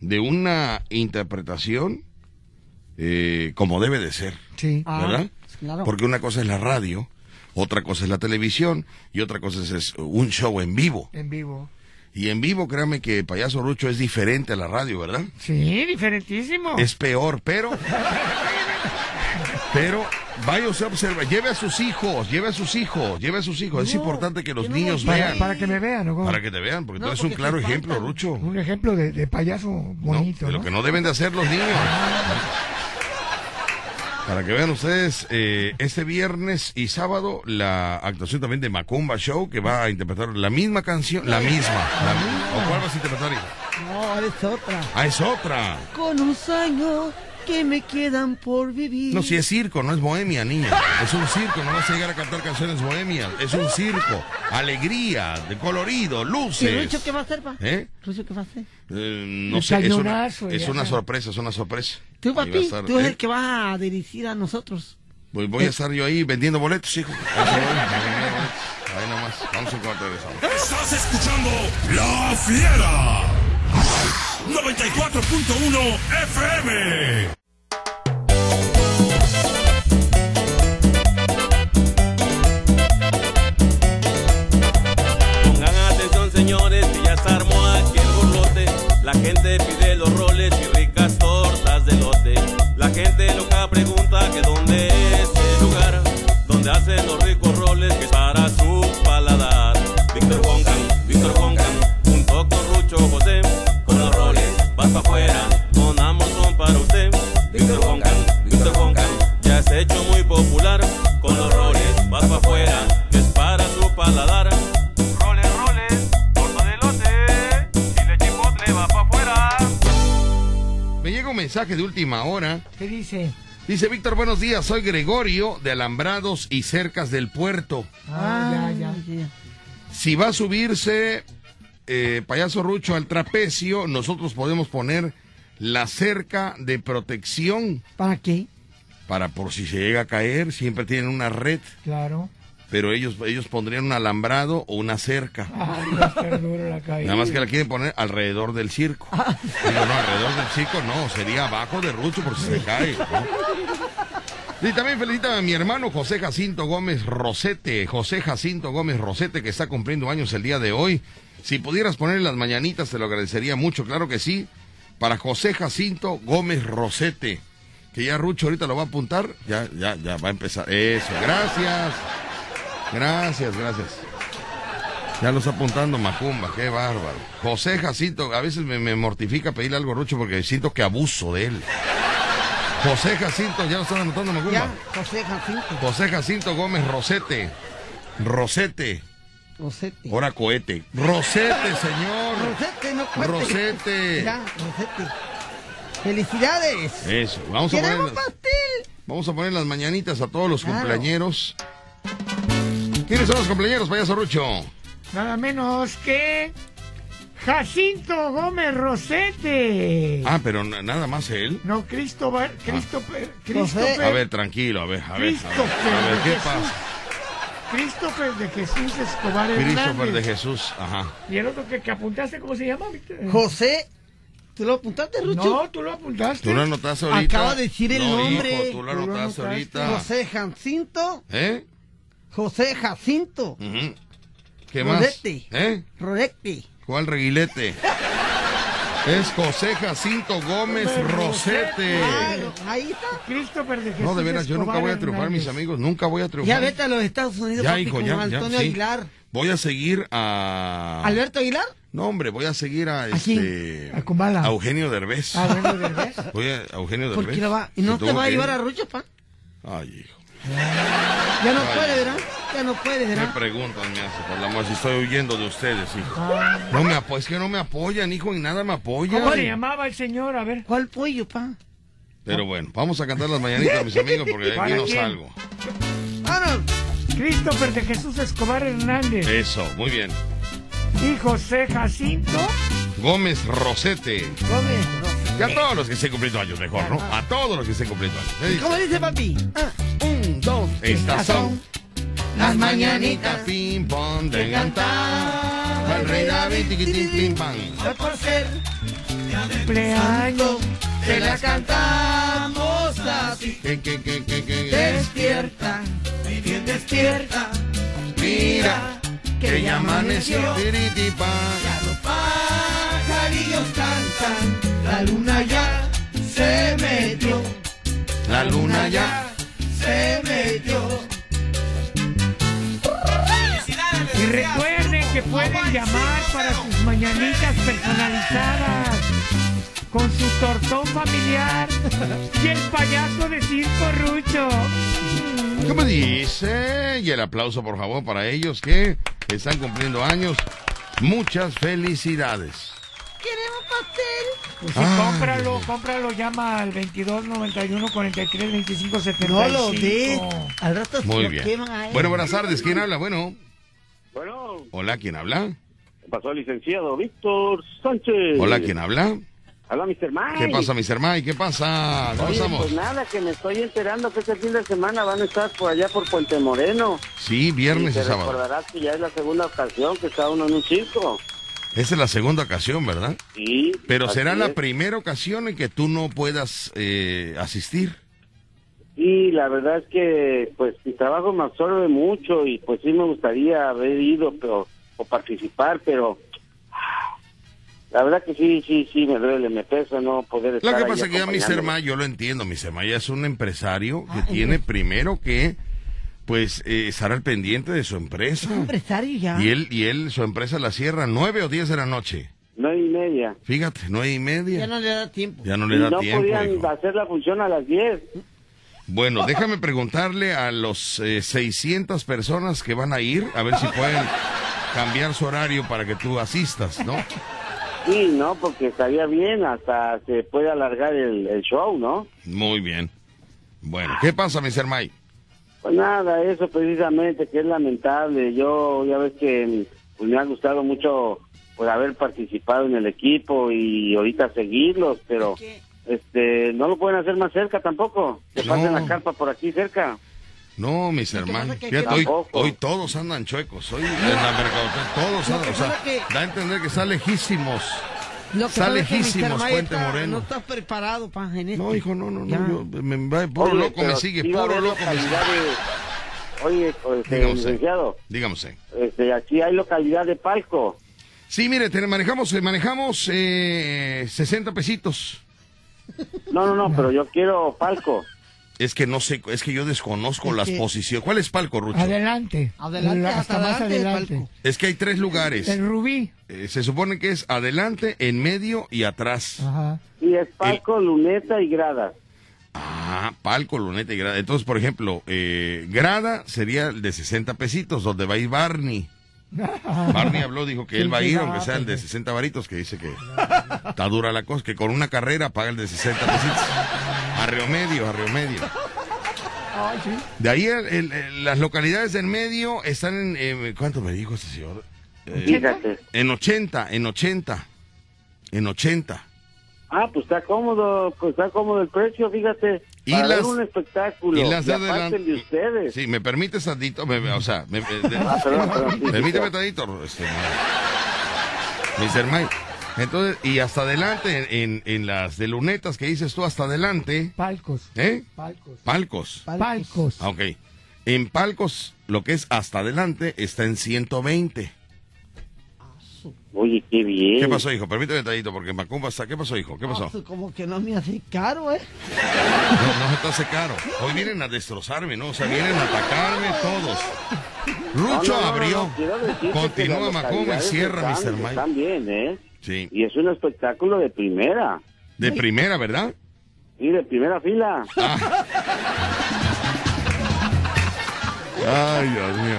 de una interpretación eh, como debe de ser. Sí. Ah, ¿Verdad? claro. Porque una cosa es la radio, otra cosa es la televisión y otra cosa es, es un show en vivo. En vivo. Y en vivo, créanme que Payaso Rucho es diferente a la radio, ¿verdad? Sí, diferentísimo. Es peor, pero. Pero vaya usted a observar, lleve a sus hijos, lleve a sus hijos, lleve a sus hijos. es importante que los niños para, vean. para que me vean, ¿no? Para que te vean, porque No, tú eres un porque claro se ejemplo, Rucho. Un ejemplo de, de payaso bonito. De ¿no? lo que no deben de hacer los niños. Para que vean ustedes, eh, este viernes y sábado, la actuación también de Macumba Show, que va a interpretar la misma canción, la misma. la misma. ¿O cuál vas a interpretar? hija? No, es otra. Ah, es otra. *laughs* Con los años que me quedan por vivir. No, si es circo, no es bohemia, niña. Es un circo, no vas a llegar a cantar canciones bohemias. Es un circo. Alegría, de colorido, ¿Y luces. Rucho qué va a hacer, pa? ¿Eh? ¿Rucho qué va a hacer? Eh, no El sé, es una, cañonazo, es ya. una sorpresa, es una sorpresa. Tú, Ahí va a papi, estar, tú eres ¿eh? el que vas a dirigir a nosotros. Voy, voy a estar yo ahí vendiendo boletos, hijo. Ahí nomás, vamos en cuanto regresamos. Estás escuchando La Fiera 94.1 FM. Pongan atención señores, que ya se armó aquí el burlote. La gente pide los roles y ricas tortas de lote. La gente loca pregunta que dónde es el lugar donde hacen los ricos roles que es para su paladar. Víctor Wonkan, Víctor Wonkan, junto con Rucho José, con los roles vas pa' afuera, con Amazon para usted. Víctor Wonkan, Víctor Wonkan, ya se ha hecho muy popular, con los roles vas pa' afuera, que es para su paladar. Me llega un mensaje de última hora. ¿Qué dice? Dice Víctor, buenos días, soy Gregorio de Alambrados y Cercas del Puerto. Ah, ya, ya. Si va a subirse eh, payaso Rucho al trapecio, nosotros podemos poner la cerca de protección ¿Para qué? para por si se llega a caer, siempre tienen una red, Claro. pero ellos, ellos pondrían un alambrado o una cerca. Ay, va a estar duro la caída. Nada más que la quieren poner alrededor del circo. Ah. Digo, no, alrededor del circo no, sería abajo de Rucho por si se cae. ¿no? Y también felicita a mi hermano José Jacinto Gómez Rosete. José Jacinto Gómez Rosete, que está cumpliendo años el día de hoy. Si pudieras poner las mañanitas, te lo agradecería mucho, claro que sí. Para José Jacinto Gómez Rosete. Que ya Rucho ahorita lo va a apuntar. Ya, ya, ya va a empezar. Eso, gracias. Gracias, gracias. Ya lo está apuntando Macumba, qué bárbaro. José Jacinto, a veces me, me mortifica pedirle algo a Rucho porque siento que abuso de él. José Jacinto, ya lo están anotando Macumba. Ya, José Jacinto. José Jacinto Gómez Rosete. Rosete. Pues Rosete. Ahora cohete. Rosete, señor. Rosete, no cuente. Rosete. Ya, Rosete. ¡Felicidades! Eso, vamos a ¡Queremos poner, pastel! vamos a poner las mañanitas a todos los Claro. cumpleañeros. ¿Quiénes son los cumpleañeros, payaso Rucho? Nada menos que Jacinto Gómez Rosete. Ah, pero na- nada más él. No, Cristóbal, Christopher, Christopher, Ah. A ver, tranquilo, a ver, a ver. A ver, Christopher a ver, de ¿qué Jesús. pasa? Christopher de Jesús Escobar Christopher de Hernández. Jesús, ajá. Y el otro que, que apuntaste, ¿cómo se llama? Víctor? José, ¿tú lo apuntaste, Rucho? No, tú lo apuntaste. Tú lo anotaste ahorita. Acaba de decir el No, nombre. hijo, tú lo anotaste ahorita. José Jacinto. ¿Eh? José Jacinto. Ujú. ¿Qué más? Rodete. ¿Eh? Rodete. ¿Cuál reguilete? es José Jacinto Gómez Rosete. Claro, ahí está. Christopher de Jesús No, de veras, yo nunca Escobar voy a triunfar, Hernández. mis amigos. Nunca voy a Ya triunfar. vete a los Estados Unidos Ya, papi, hijo, con ya, ya, Antonio sí. Ah. Aguilar. Voy a seguir a... ¿Alberto Aguilar? No, hombre, voy a seguir a ¿A quién? este... A Kumbala. a Eugenio Derbez. Ah, bueno, ¿verdad? Voy a a Eugenio Derbez. ¿Por qué lo va? ¿Y Se no te tuvo va a que ir. llevar a Rucho, pa? Ay, hijo. Ya no Ay. puede, ¿verdad? Ya no puede, Me ¿verdad? preguntan, me hace, por la amor, si estoy huyendo de ustedes, hijo. No me apo- es que no me apoyan, hijo, y nada me apoya. ¿Cómo le llamaba el señor? A ver. ¿Cuál pollo, pa? Pero bueno, vamos a cantar las mañanitas, mis amigos, porque de aquí ¿Para no quién? salgo. ¡Vámonos! Ah, Christopher de Jesús Escobar Hernández Eso, muy bien. y José Jacinto. Gómez Rosete. Gómez, Rosete. Y a todos los que estén cumpliendo años, mejor, ¿no? A todos los que estén cumpliendo años. ¿eh? ¿Cómo dice, papi? Ah, Un, dos, estas son las mañanitas. pim pong de cantar. Al rey David, tiquitín, pim pam. Hoy por ser Cumpleaños. te la cantamos así. Que, que, que, que, que. Despierta, mi bien despierta. Mira, que ya amaneció. Tiritipán. Los pajarillos cantan, la luna ya se metió, La luna ya. se metió. Y recuerden que pueden llamar para sus mañanitas personalizadas con su tortón familiar y el payaso de circo Rucho. ¿Qué me dice? Y el aplauso, por favor, para ellos que están cumpliendo años. Muchas felicidades. Ah, Queremos pastel. Pues sí, Ay. cómpralo, cómpralo, llama al 22 91 43 25 75. No lo des, al rato se Muy pues lo bien. queman a él. Bueno, buenas tardes. ¿Quién habla? Bueno, Bueno, hola, ¿quién habla? pasó el licenciado Víctor Sánchez. Hola, ¿quién habla? Hola, Mr. Mike. ¿Qué pasa, Mr. Mike? ¿Qué pasa? ¿Cómo Oye, estamos? pues nada, que me estoy enterando que este fin de semana van a estar por allá por Puente Moreno. Sí, viernes y te sábado. recordarás que ya es la segunda ocasión que está uno en un circo. Esa es la segunda ocasión, ¿verdad? Sí. Pero así será la es. primera ocasión en que tú no puedas eh, asistir. Y la verdad es que, pues, mi trabajo me absorbe mucho y, pues, sí me gustaría haber ido pero, o participar, pero... ah, La verdad que sí, sí, sí, me duele, me pesa no poder estar Lo que ahí pasa es que ya Mr. acompañándolo. Ma, yo lo entiendo, Mr. Ma ya es un empresario que tiene primero que pues eh, estar al pendiente de su empresa. Empresario ya. Y él, y él, su empresa la cierra nueve o diez de la noche. Nueve y media. Fíjate, nueve y Ya media. no le da tiempo. Ya no Y le da no tiempo. podían hijo. hacer la función a las 10. Bueno, déjame preguntarle a los eh, 600 personas que van a ir, a ver si pueden cambiar su horario para que tú asistas, ¿no? Sí, no, porque estaría bien, hasta se puede alargar el, el show, ¿no? Muy bien. Bueno, ¿qué pasa, mi ser Mike? Pues nada, eso precisamente, que es lamentable. Yo ya ves que pues, me ha gustado mucho por haber participado en el equipo y ahorita seguirlos, pero este no lo pueden hacer más cerca tampoco. Que No. pasen la carpa por aquí cerca. No, mis hermanos. pasa que Fíjate, aquí- hoy, Tampoco. hoy todos andan chuecos. Hoy en la mercadotecnia todos Lo andan. que O sea, pasa que- da a entender que está lejísimos. Lo que Está pasa es que Mr. lejísimos, Maya Puente está- Moreno. No estás preparado para este. en No, hijo, no, no, no. Ya. yo- me- me- puro Oye, loco me pero sigue, sí va a puro haber loco me sigue. localidades- Oye, pues, eh, Dígame usted. licenciado, Dígame usted. este, aquí hay localidad de Palco. Sí, mire, te- manejamos, eh, manejamos eh, 60 pesitos. No, no, no, pero yo quiero Palco. Es que no sé, es que yo desconozco Es las que- Ah, posiciones. ¿Cuál es Palco, Rucho? Adelante. Adelante, Hasta hasta más adelante, adelante. Es que hay tres lugares. El rubí. Eh, se supone que es adelante, en medio y atrás. Y es Palco, Luneta y Grada. Ah, palco, luneta y grada. Entonces, por ejemplo, eh, grada sería el de 60 pesitos, donde va a ir Barney. *laughs* Barney habló, dijo que él va a ir, aunque sea el pues. de 60 varitos, que dice que está dura la cosa, que con una carrera paga el de 60 pesitos. A Río Medio, a Río Medio. Ay, sí. De ahí el- el- el- las localidades del medio están en... eh, ¿Cuánto me dijo este señor? Eh, Fíjate. en 80, en 80. En 80. Ah, pues está cómodo, pues está cómodo el precio, fíjate. Y para ver las- un espectáculo. y las de aparte adelante- el de ustedes. Sí, ¿me permites, Tadito? Me- me- o sea, me, me- de- Ah, perdón, perdón, sí, sí, *laughs* permíteme, sí. Tadito. Este, Mr. Mike. Entonces, y hasta adelante, en, en- en las de lunetas que dices tú, hasta adelante. Palcos. ¿Eh? Palcos. Palcos. Palcos. Ah, ok. En palcos, lo que es hasta adelante, está en 120. Oye, qué bien. ¿Qué pasó, hijo? Permíteme, Tadito, porque en Macumba está. ¿Qué pasó, hijo? ¿Qué pasó? Ah, Como que no me hace caro, ¿eh? No, no se te hace caro. Hoy vienen a destrozarme, ¿no? O sea, vienen a atacarme todos. Rucho No, no, no, abrió. no, quiero decirte que Continúa las Macumba y localidades cierra, están- Mr. Mike. Están bien, ¿eh? Sí. Y es un espectáculo de primera. De primera, ¿verdad? Ah, Sí, de primera fila. Ay, Dios mío.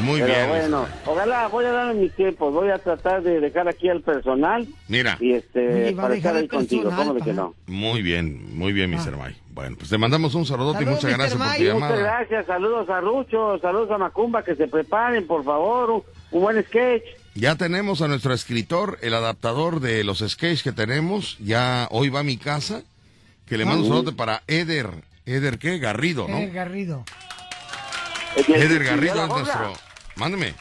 Muy Pero bien. bueno, Mr. Mike. ojalá, voy a darme mis tiempos, voy a tratar de dejar aquí al personal Mira. y este, Oye, va a para dejar estar al ahí contigo, personal, ¿cómo de que pa. no? Muy bien, muy bien, Mr. Mike. Bueno, pues te mandamos un saludote y Ah. Saludos, muchas Mr. gracias por tu Mayo, Muchas llamada. gracias, saludos a Rucho, saludos a Macumba, que se preparen, por favor, un, un buen sketch. Ya tenemos a nuestro escritor, el adaptador de los sketches que tenemos. Ya hoy va a mi casa. Que le mando un Ah. saludo para Eder. ¿Eder qué? Garrido, ¿no? El Garrido. Eder Eh, escribió Garrido la es nuestro. obra. Mándeme.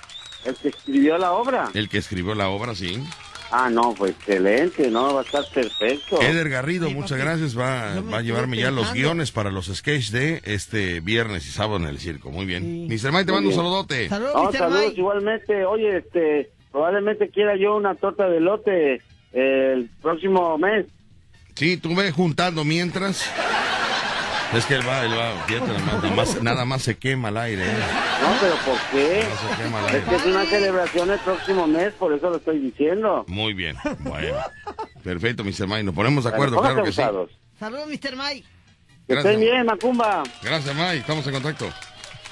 El que escribió la obra. El que escribió la obra, sí. Ah, no, pues excelente, no, va a estar perfecto. Eder Garrido, muchas gracias. Va, va a llevarme ya los guiones para los sketches de este viernes y sábado en el circo. Muy bien. Mr. Mike, te mando un saludote. No, saludos igualmente. Oye, este, probablemente quiera yo una torta de lote eh, el próximo mes. Sí, tú ve juntando mientras. Es que él va, él va. fíjate nada más, nada más- nada más se quema el aire. ¿eh? No, pero ¿por qué? No se quema el Es que es aire. una celebración el próximo mes, por eso lo estoy diciendo. Muy bien. Bueno. Perfecto, Mr. Mike. Nos ponemos de acuerdo, Bueno, claro que sí. pónganse Saludos, Mr. Mike. Que Gracias. estén bien, Macumba. Gracias, Mike. Estamos en contacto.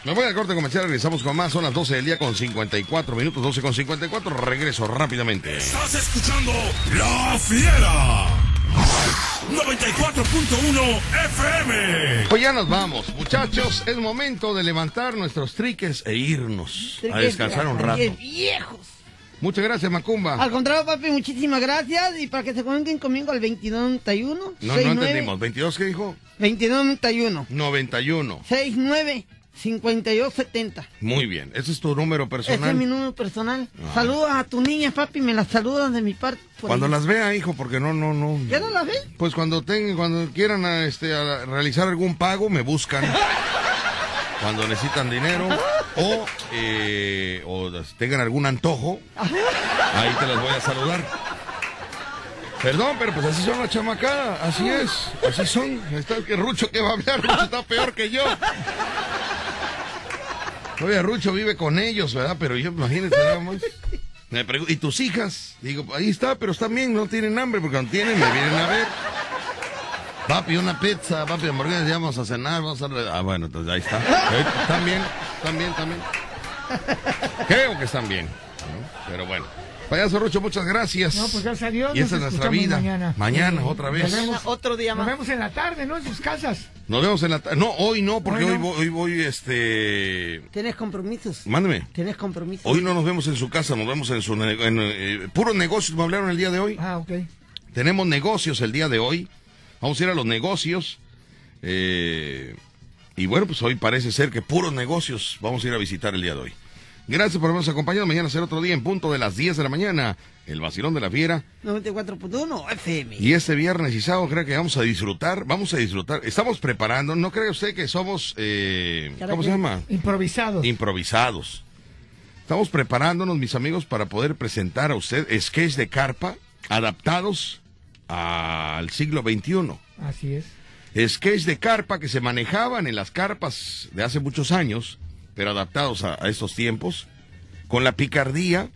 Me voy al corte comercial, regresamos con más. Son las 12 del día con 54 minutos, 12 con 54. Regreso rápidamente. Estás escuchando La Fiera 94.1 FM. Pues ya nos vamos, muchachos. Es momento de levantar nuestros triques e irnos a descansar un rato. Qué viejos. Muchas gracias, Macumba. Al contrario, papi, muchísimas gracias. Y para que se comuniquen conmigo al 2291. No, no entendimos. ¿22 qué dijo? 2291. 91. 69 5270. Muy bien. Ese es tu número Ese es mi personal. número personal. Ah. Saludos a tu niña, papi. Me las saludas de mi parte. por Cuando ahí. las vea, hijo, porque no, no, no. ¿Ya no las ves? Pues cuando tengan, cuando quieran a, este, a realizar algún pago, *laughs* me buscan. Cuando necesitan dinero o, eh, o tengan *laughs* algún antojo, ahí te las voy a saludar. Perdón, pero pues así son las chamacadas, así es, así son. Ahí Está el que Rucho que va a hablar, Rucho está peor que yo. Oye, Rucho vive con ellos, ¿verdad? Pero yo, imagínate, nada más. Me pregun- ¿y tus hijas? Digo, ahí está, pero están bien, no tienen hambre, porque no tienen, me vienen a ver. Papi, una pizza, papi, hamburguesas, ya vamos a cenar, vamos a... Ah, bueno, entonces ahí está. Eh, Están bien, están bien, están bien. Creo que están bien, ¿no? pero bueno. Payaso Rucho, muchas gracias. No, pues gracias a Dios. Y esa nos es nuestra escuchamos vida. Mañana, Mañana, otra vez. otro día más. Nos vemos en la tarde, ¿no? En sus casas. Nos vemos en la tarde. No, hoy no, porque hoy, voy, hoy voy, este... Tienes compromisos. Mándeme. Tienes compromisos. Hoy no nos vemos en su casa, nos vemos en su... ne- en, eh, puros negocios me hablaron el día de hoy. Ah, ok. Tenemos negocios el día de hoy. Vamos a ir a los negocios. Eh, y bueno, pues hoy parece ser que puros negocios vamos a ir a visitar el día de hoy. Gracias por habernos acompañado. Mañana será otro día en punto de las 10 de la mañana. El vacilón de la fiera. 94.1 FM. Y este viernes y sábado creo que vamos a disfrutar, vamos a disfrutar. Estamos preparando, no cree usted que somos, eh, ¿cómo se llama? Improvisado. Improvisados. Estamos preparándonos, mis amigos, para poder presentar a usted sketch de carpa adaptados al siglo XXI. Así es. Sketch de carpa que se manejaban en las carpas de hace muchos años, pero adaptados a, a estos tiempos, con la picardía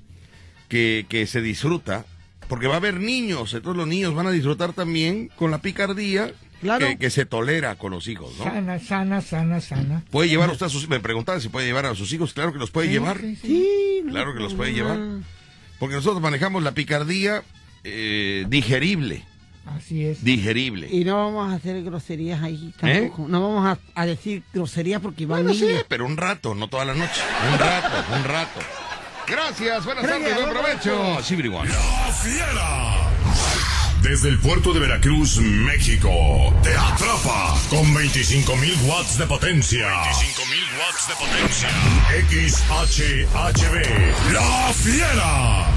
que, que se disfruta, porque va a haber niños, entonces los niños van a disfrutar también con la picardía que, que se tolera con los hijos, ¿no? Sana, sana, sana, sana. ¿Puede llevar usted a sus Me preguntaban si puede llevar a sus hijos. Claro que los puede llevar. Claro que los puede llevar. Ah. Porque nosotros manejamos la picardía eh, digerible. Así es. Digerible. Y no vamos a hacer groserías ¿Eh? ahí tampoco. No vamos a, a decir groserías porque van Bueno, sí, niños. pero un rato, no toda la noche. Un rato, un rato. Gracias, buenas tardes, buen provecho. Chibriguan. La fiera. Desde el puerto de Veracruz, México, te atrapa con 25.000 watts de potencia. 25.000 watts de potencia. XHHB. La fiera.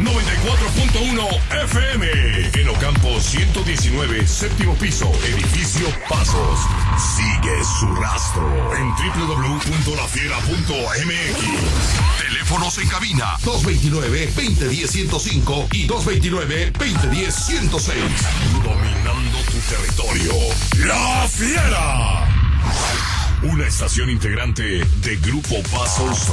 94.1 FM. En Ocampo 119, séptimo piso, edificio Pasos. Sigue su rastro en www.lafiera.mx. Teléfonos en cabina 229-2010-105 y 229-2010-106. Dominando tu territorio. La Fiera. Una estación integrante de Grupo Pasos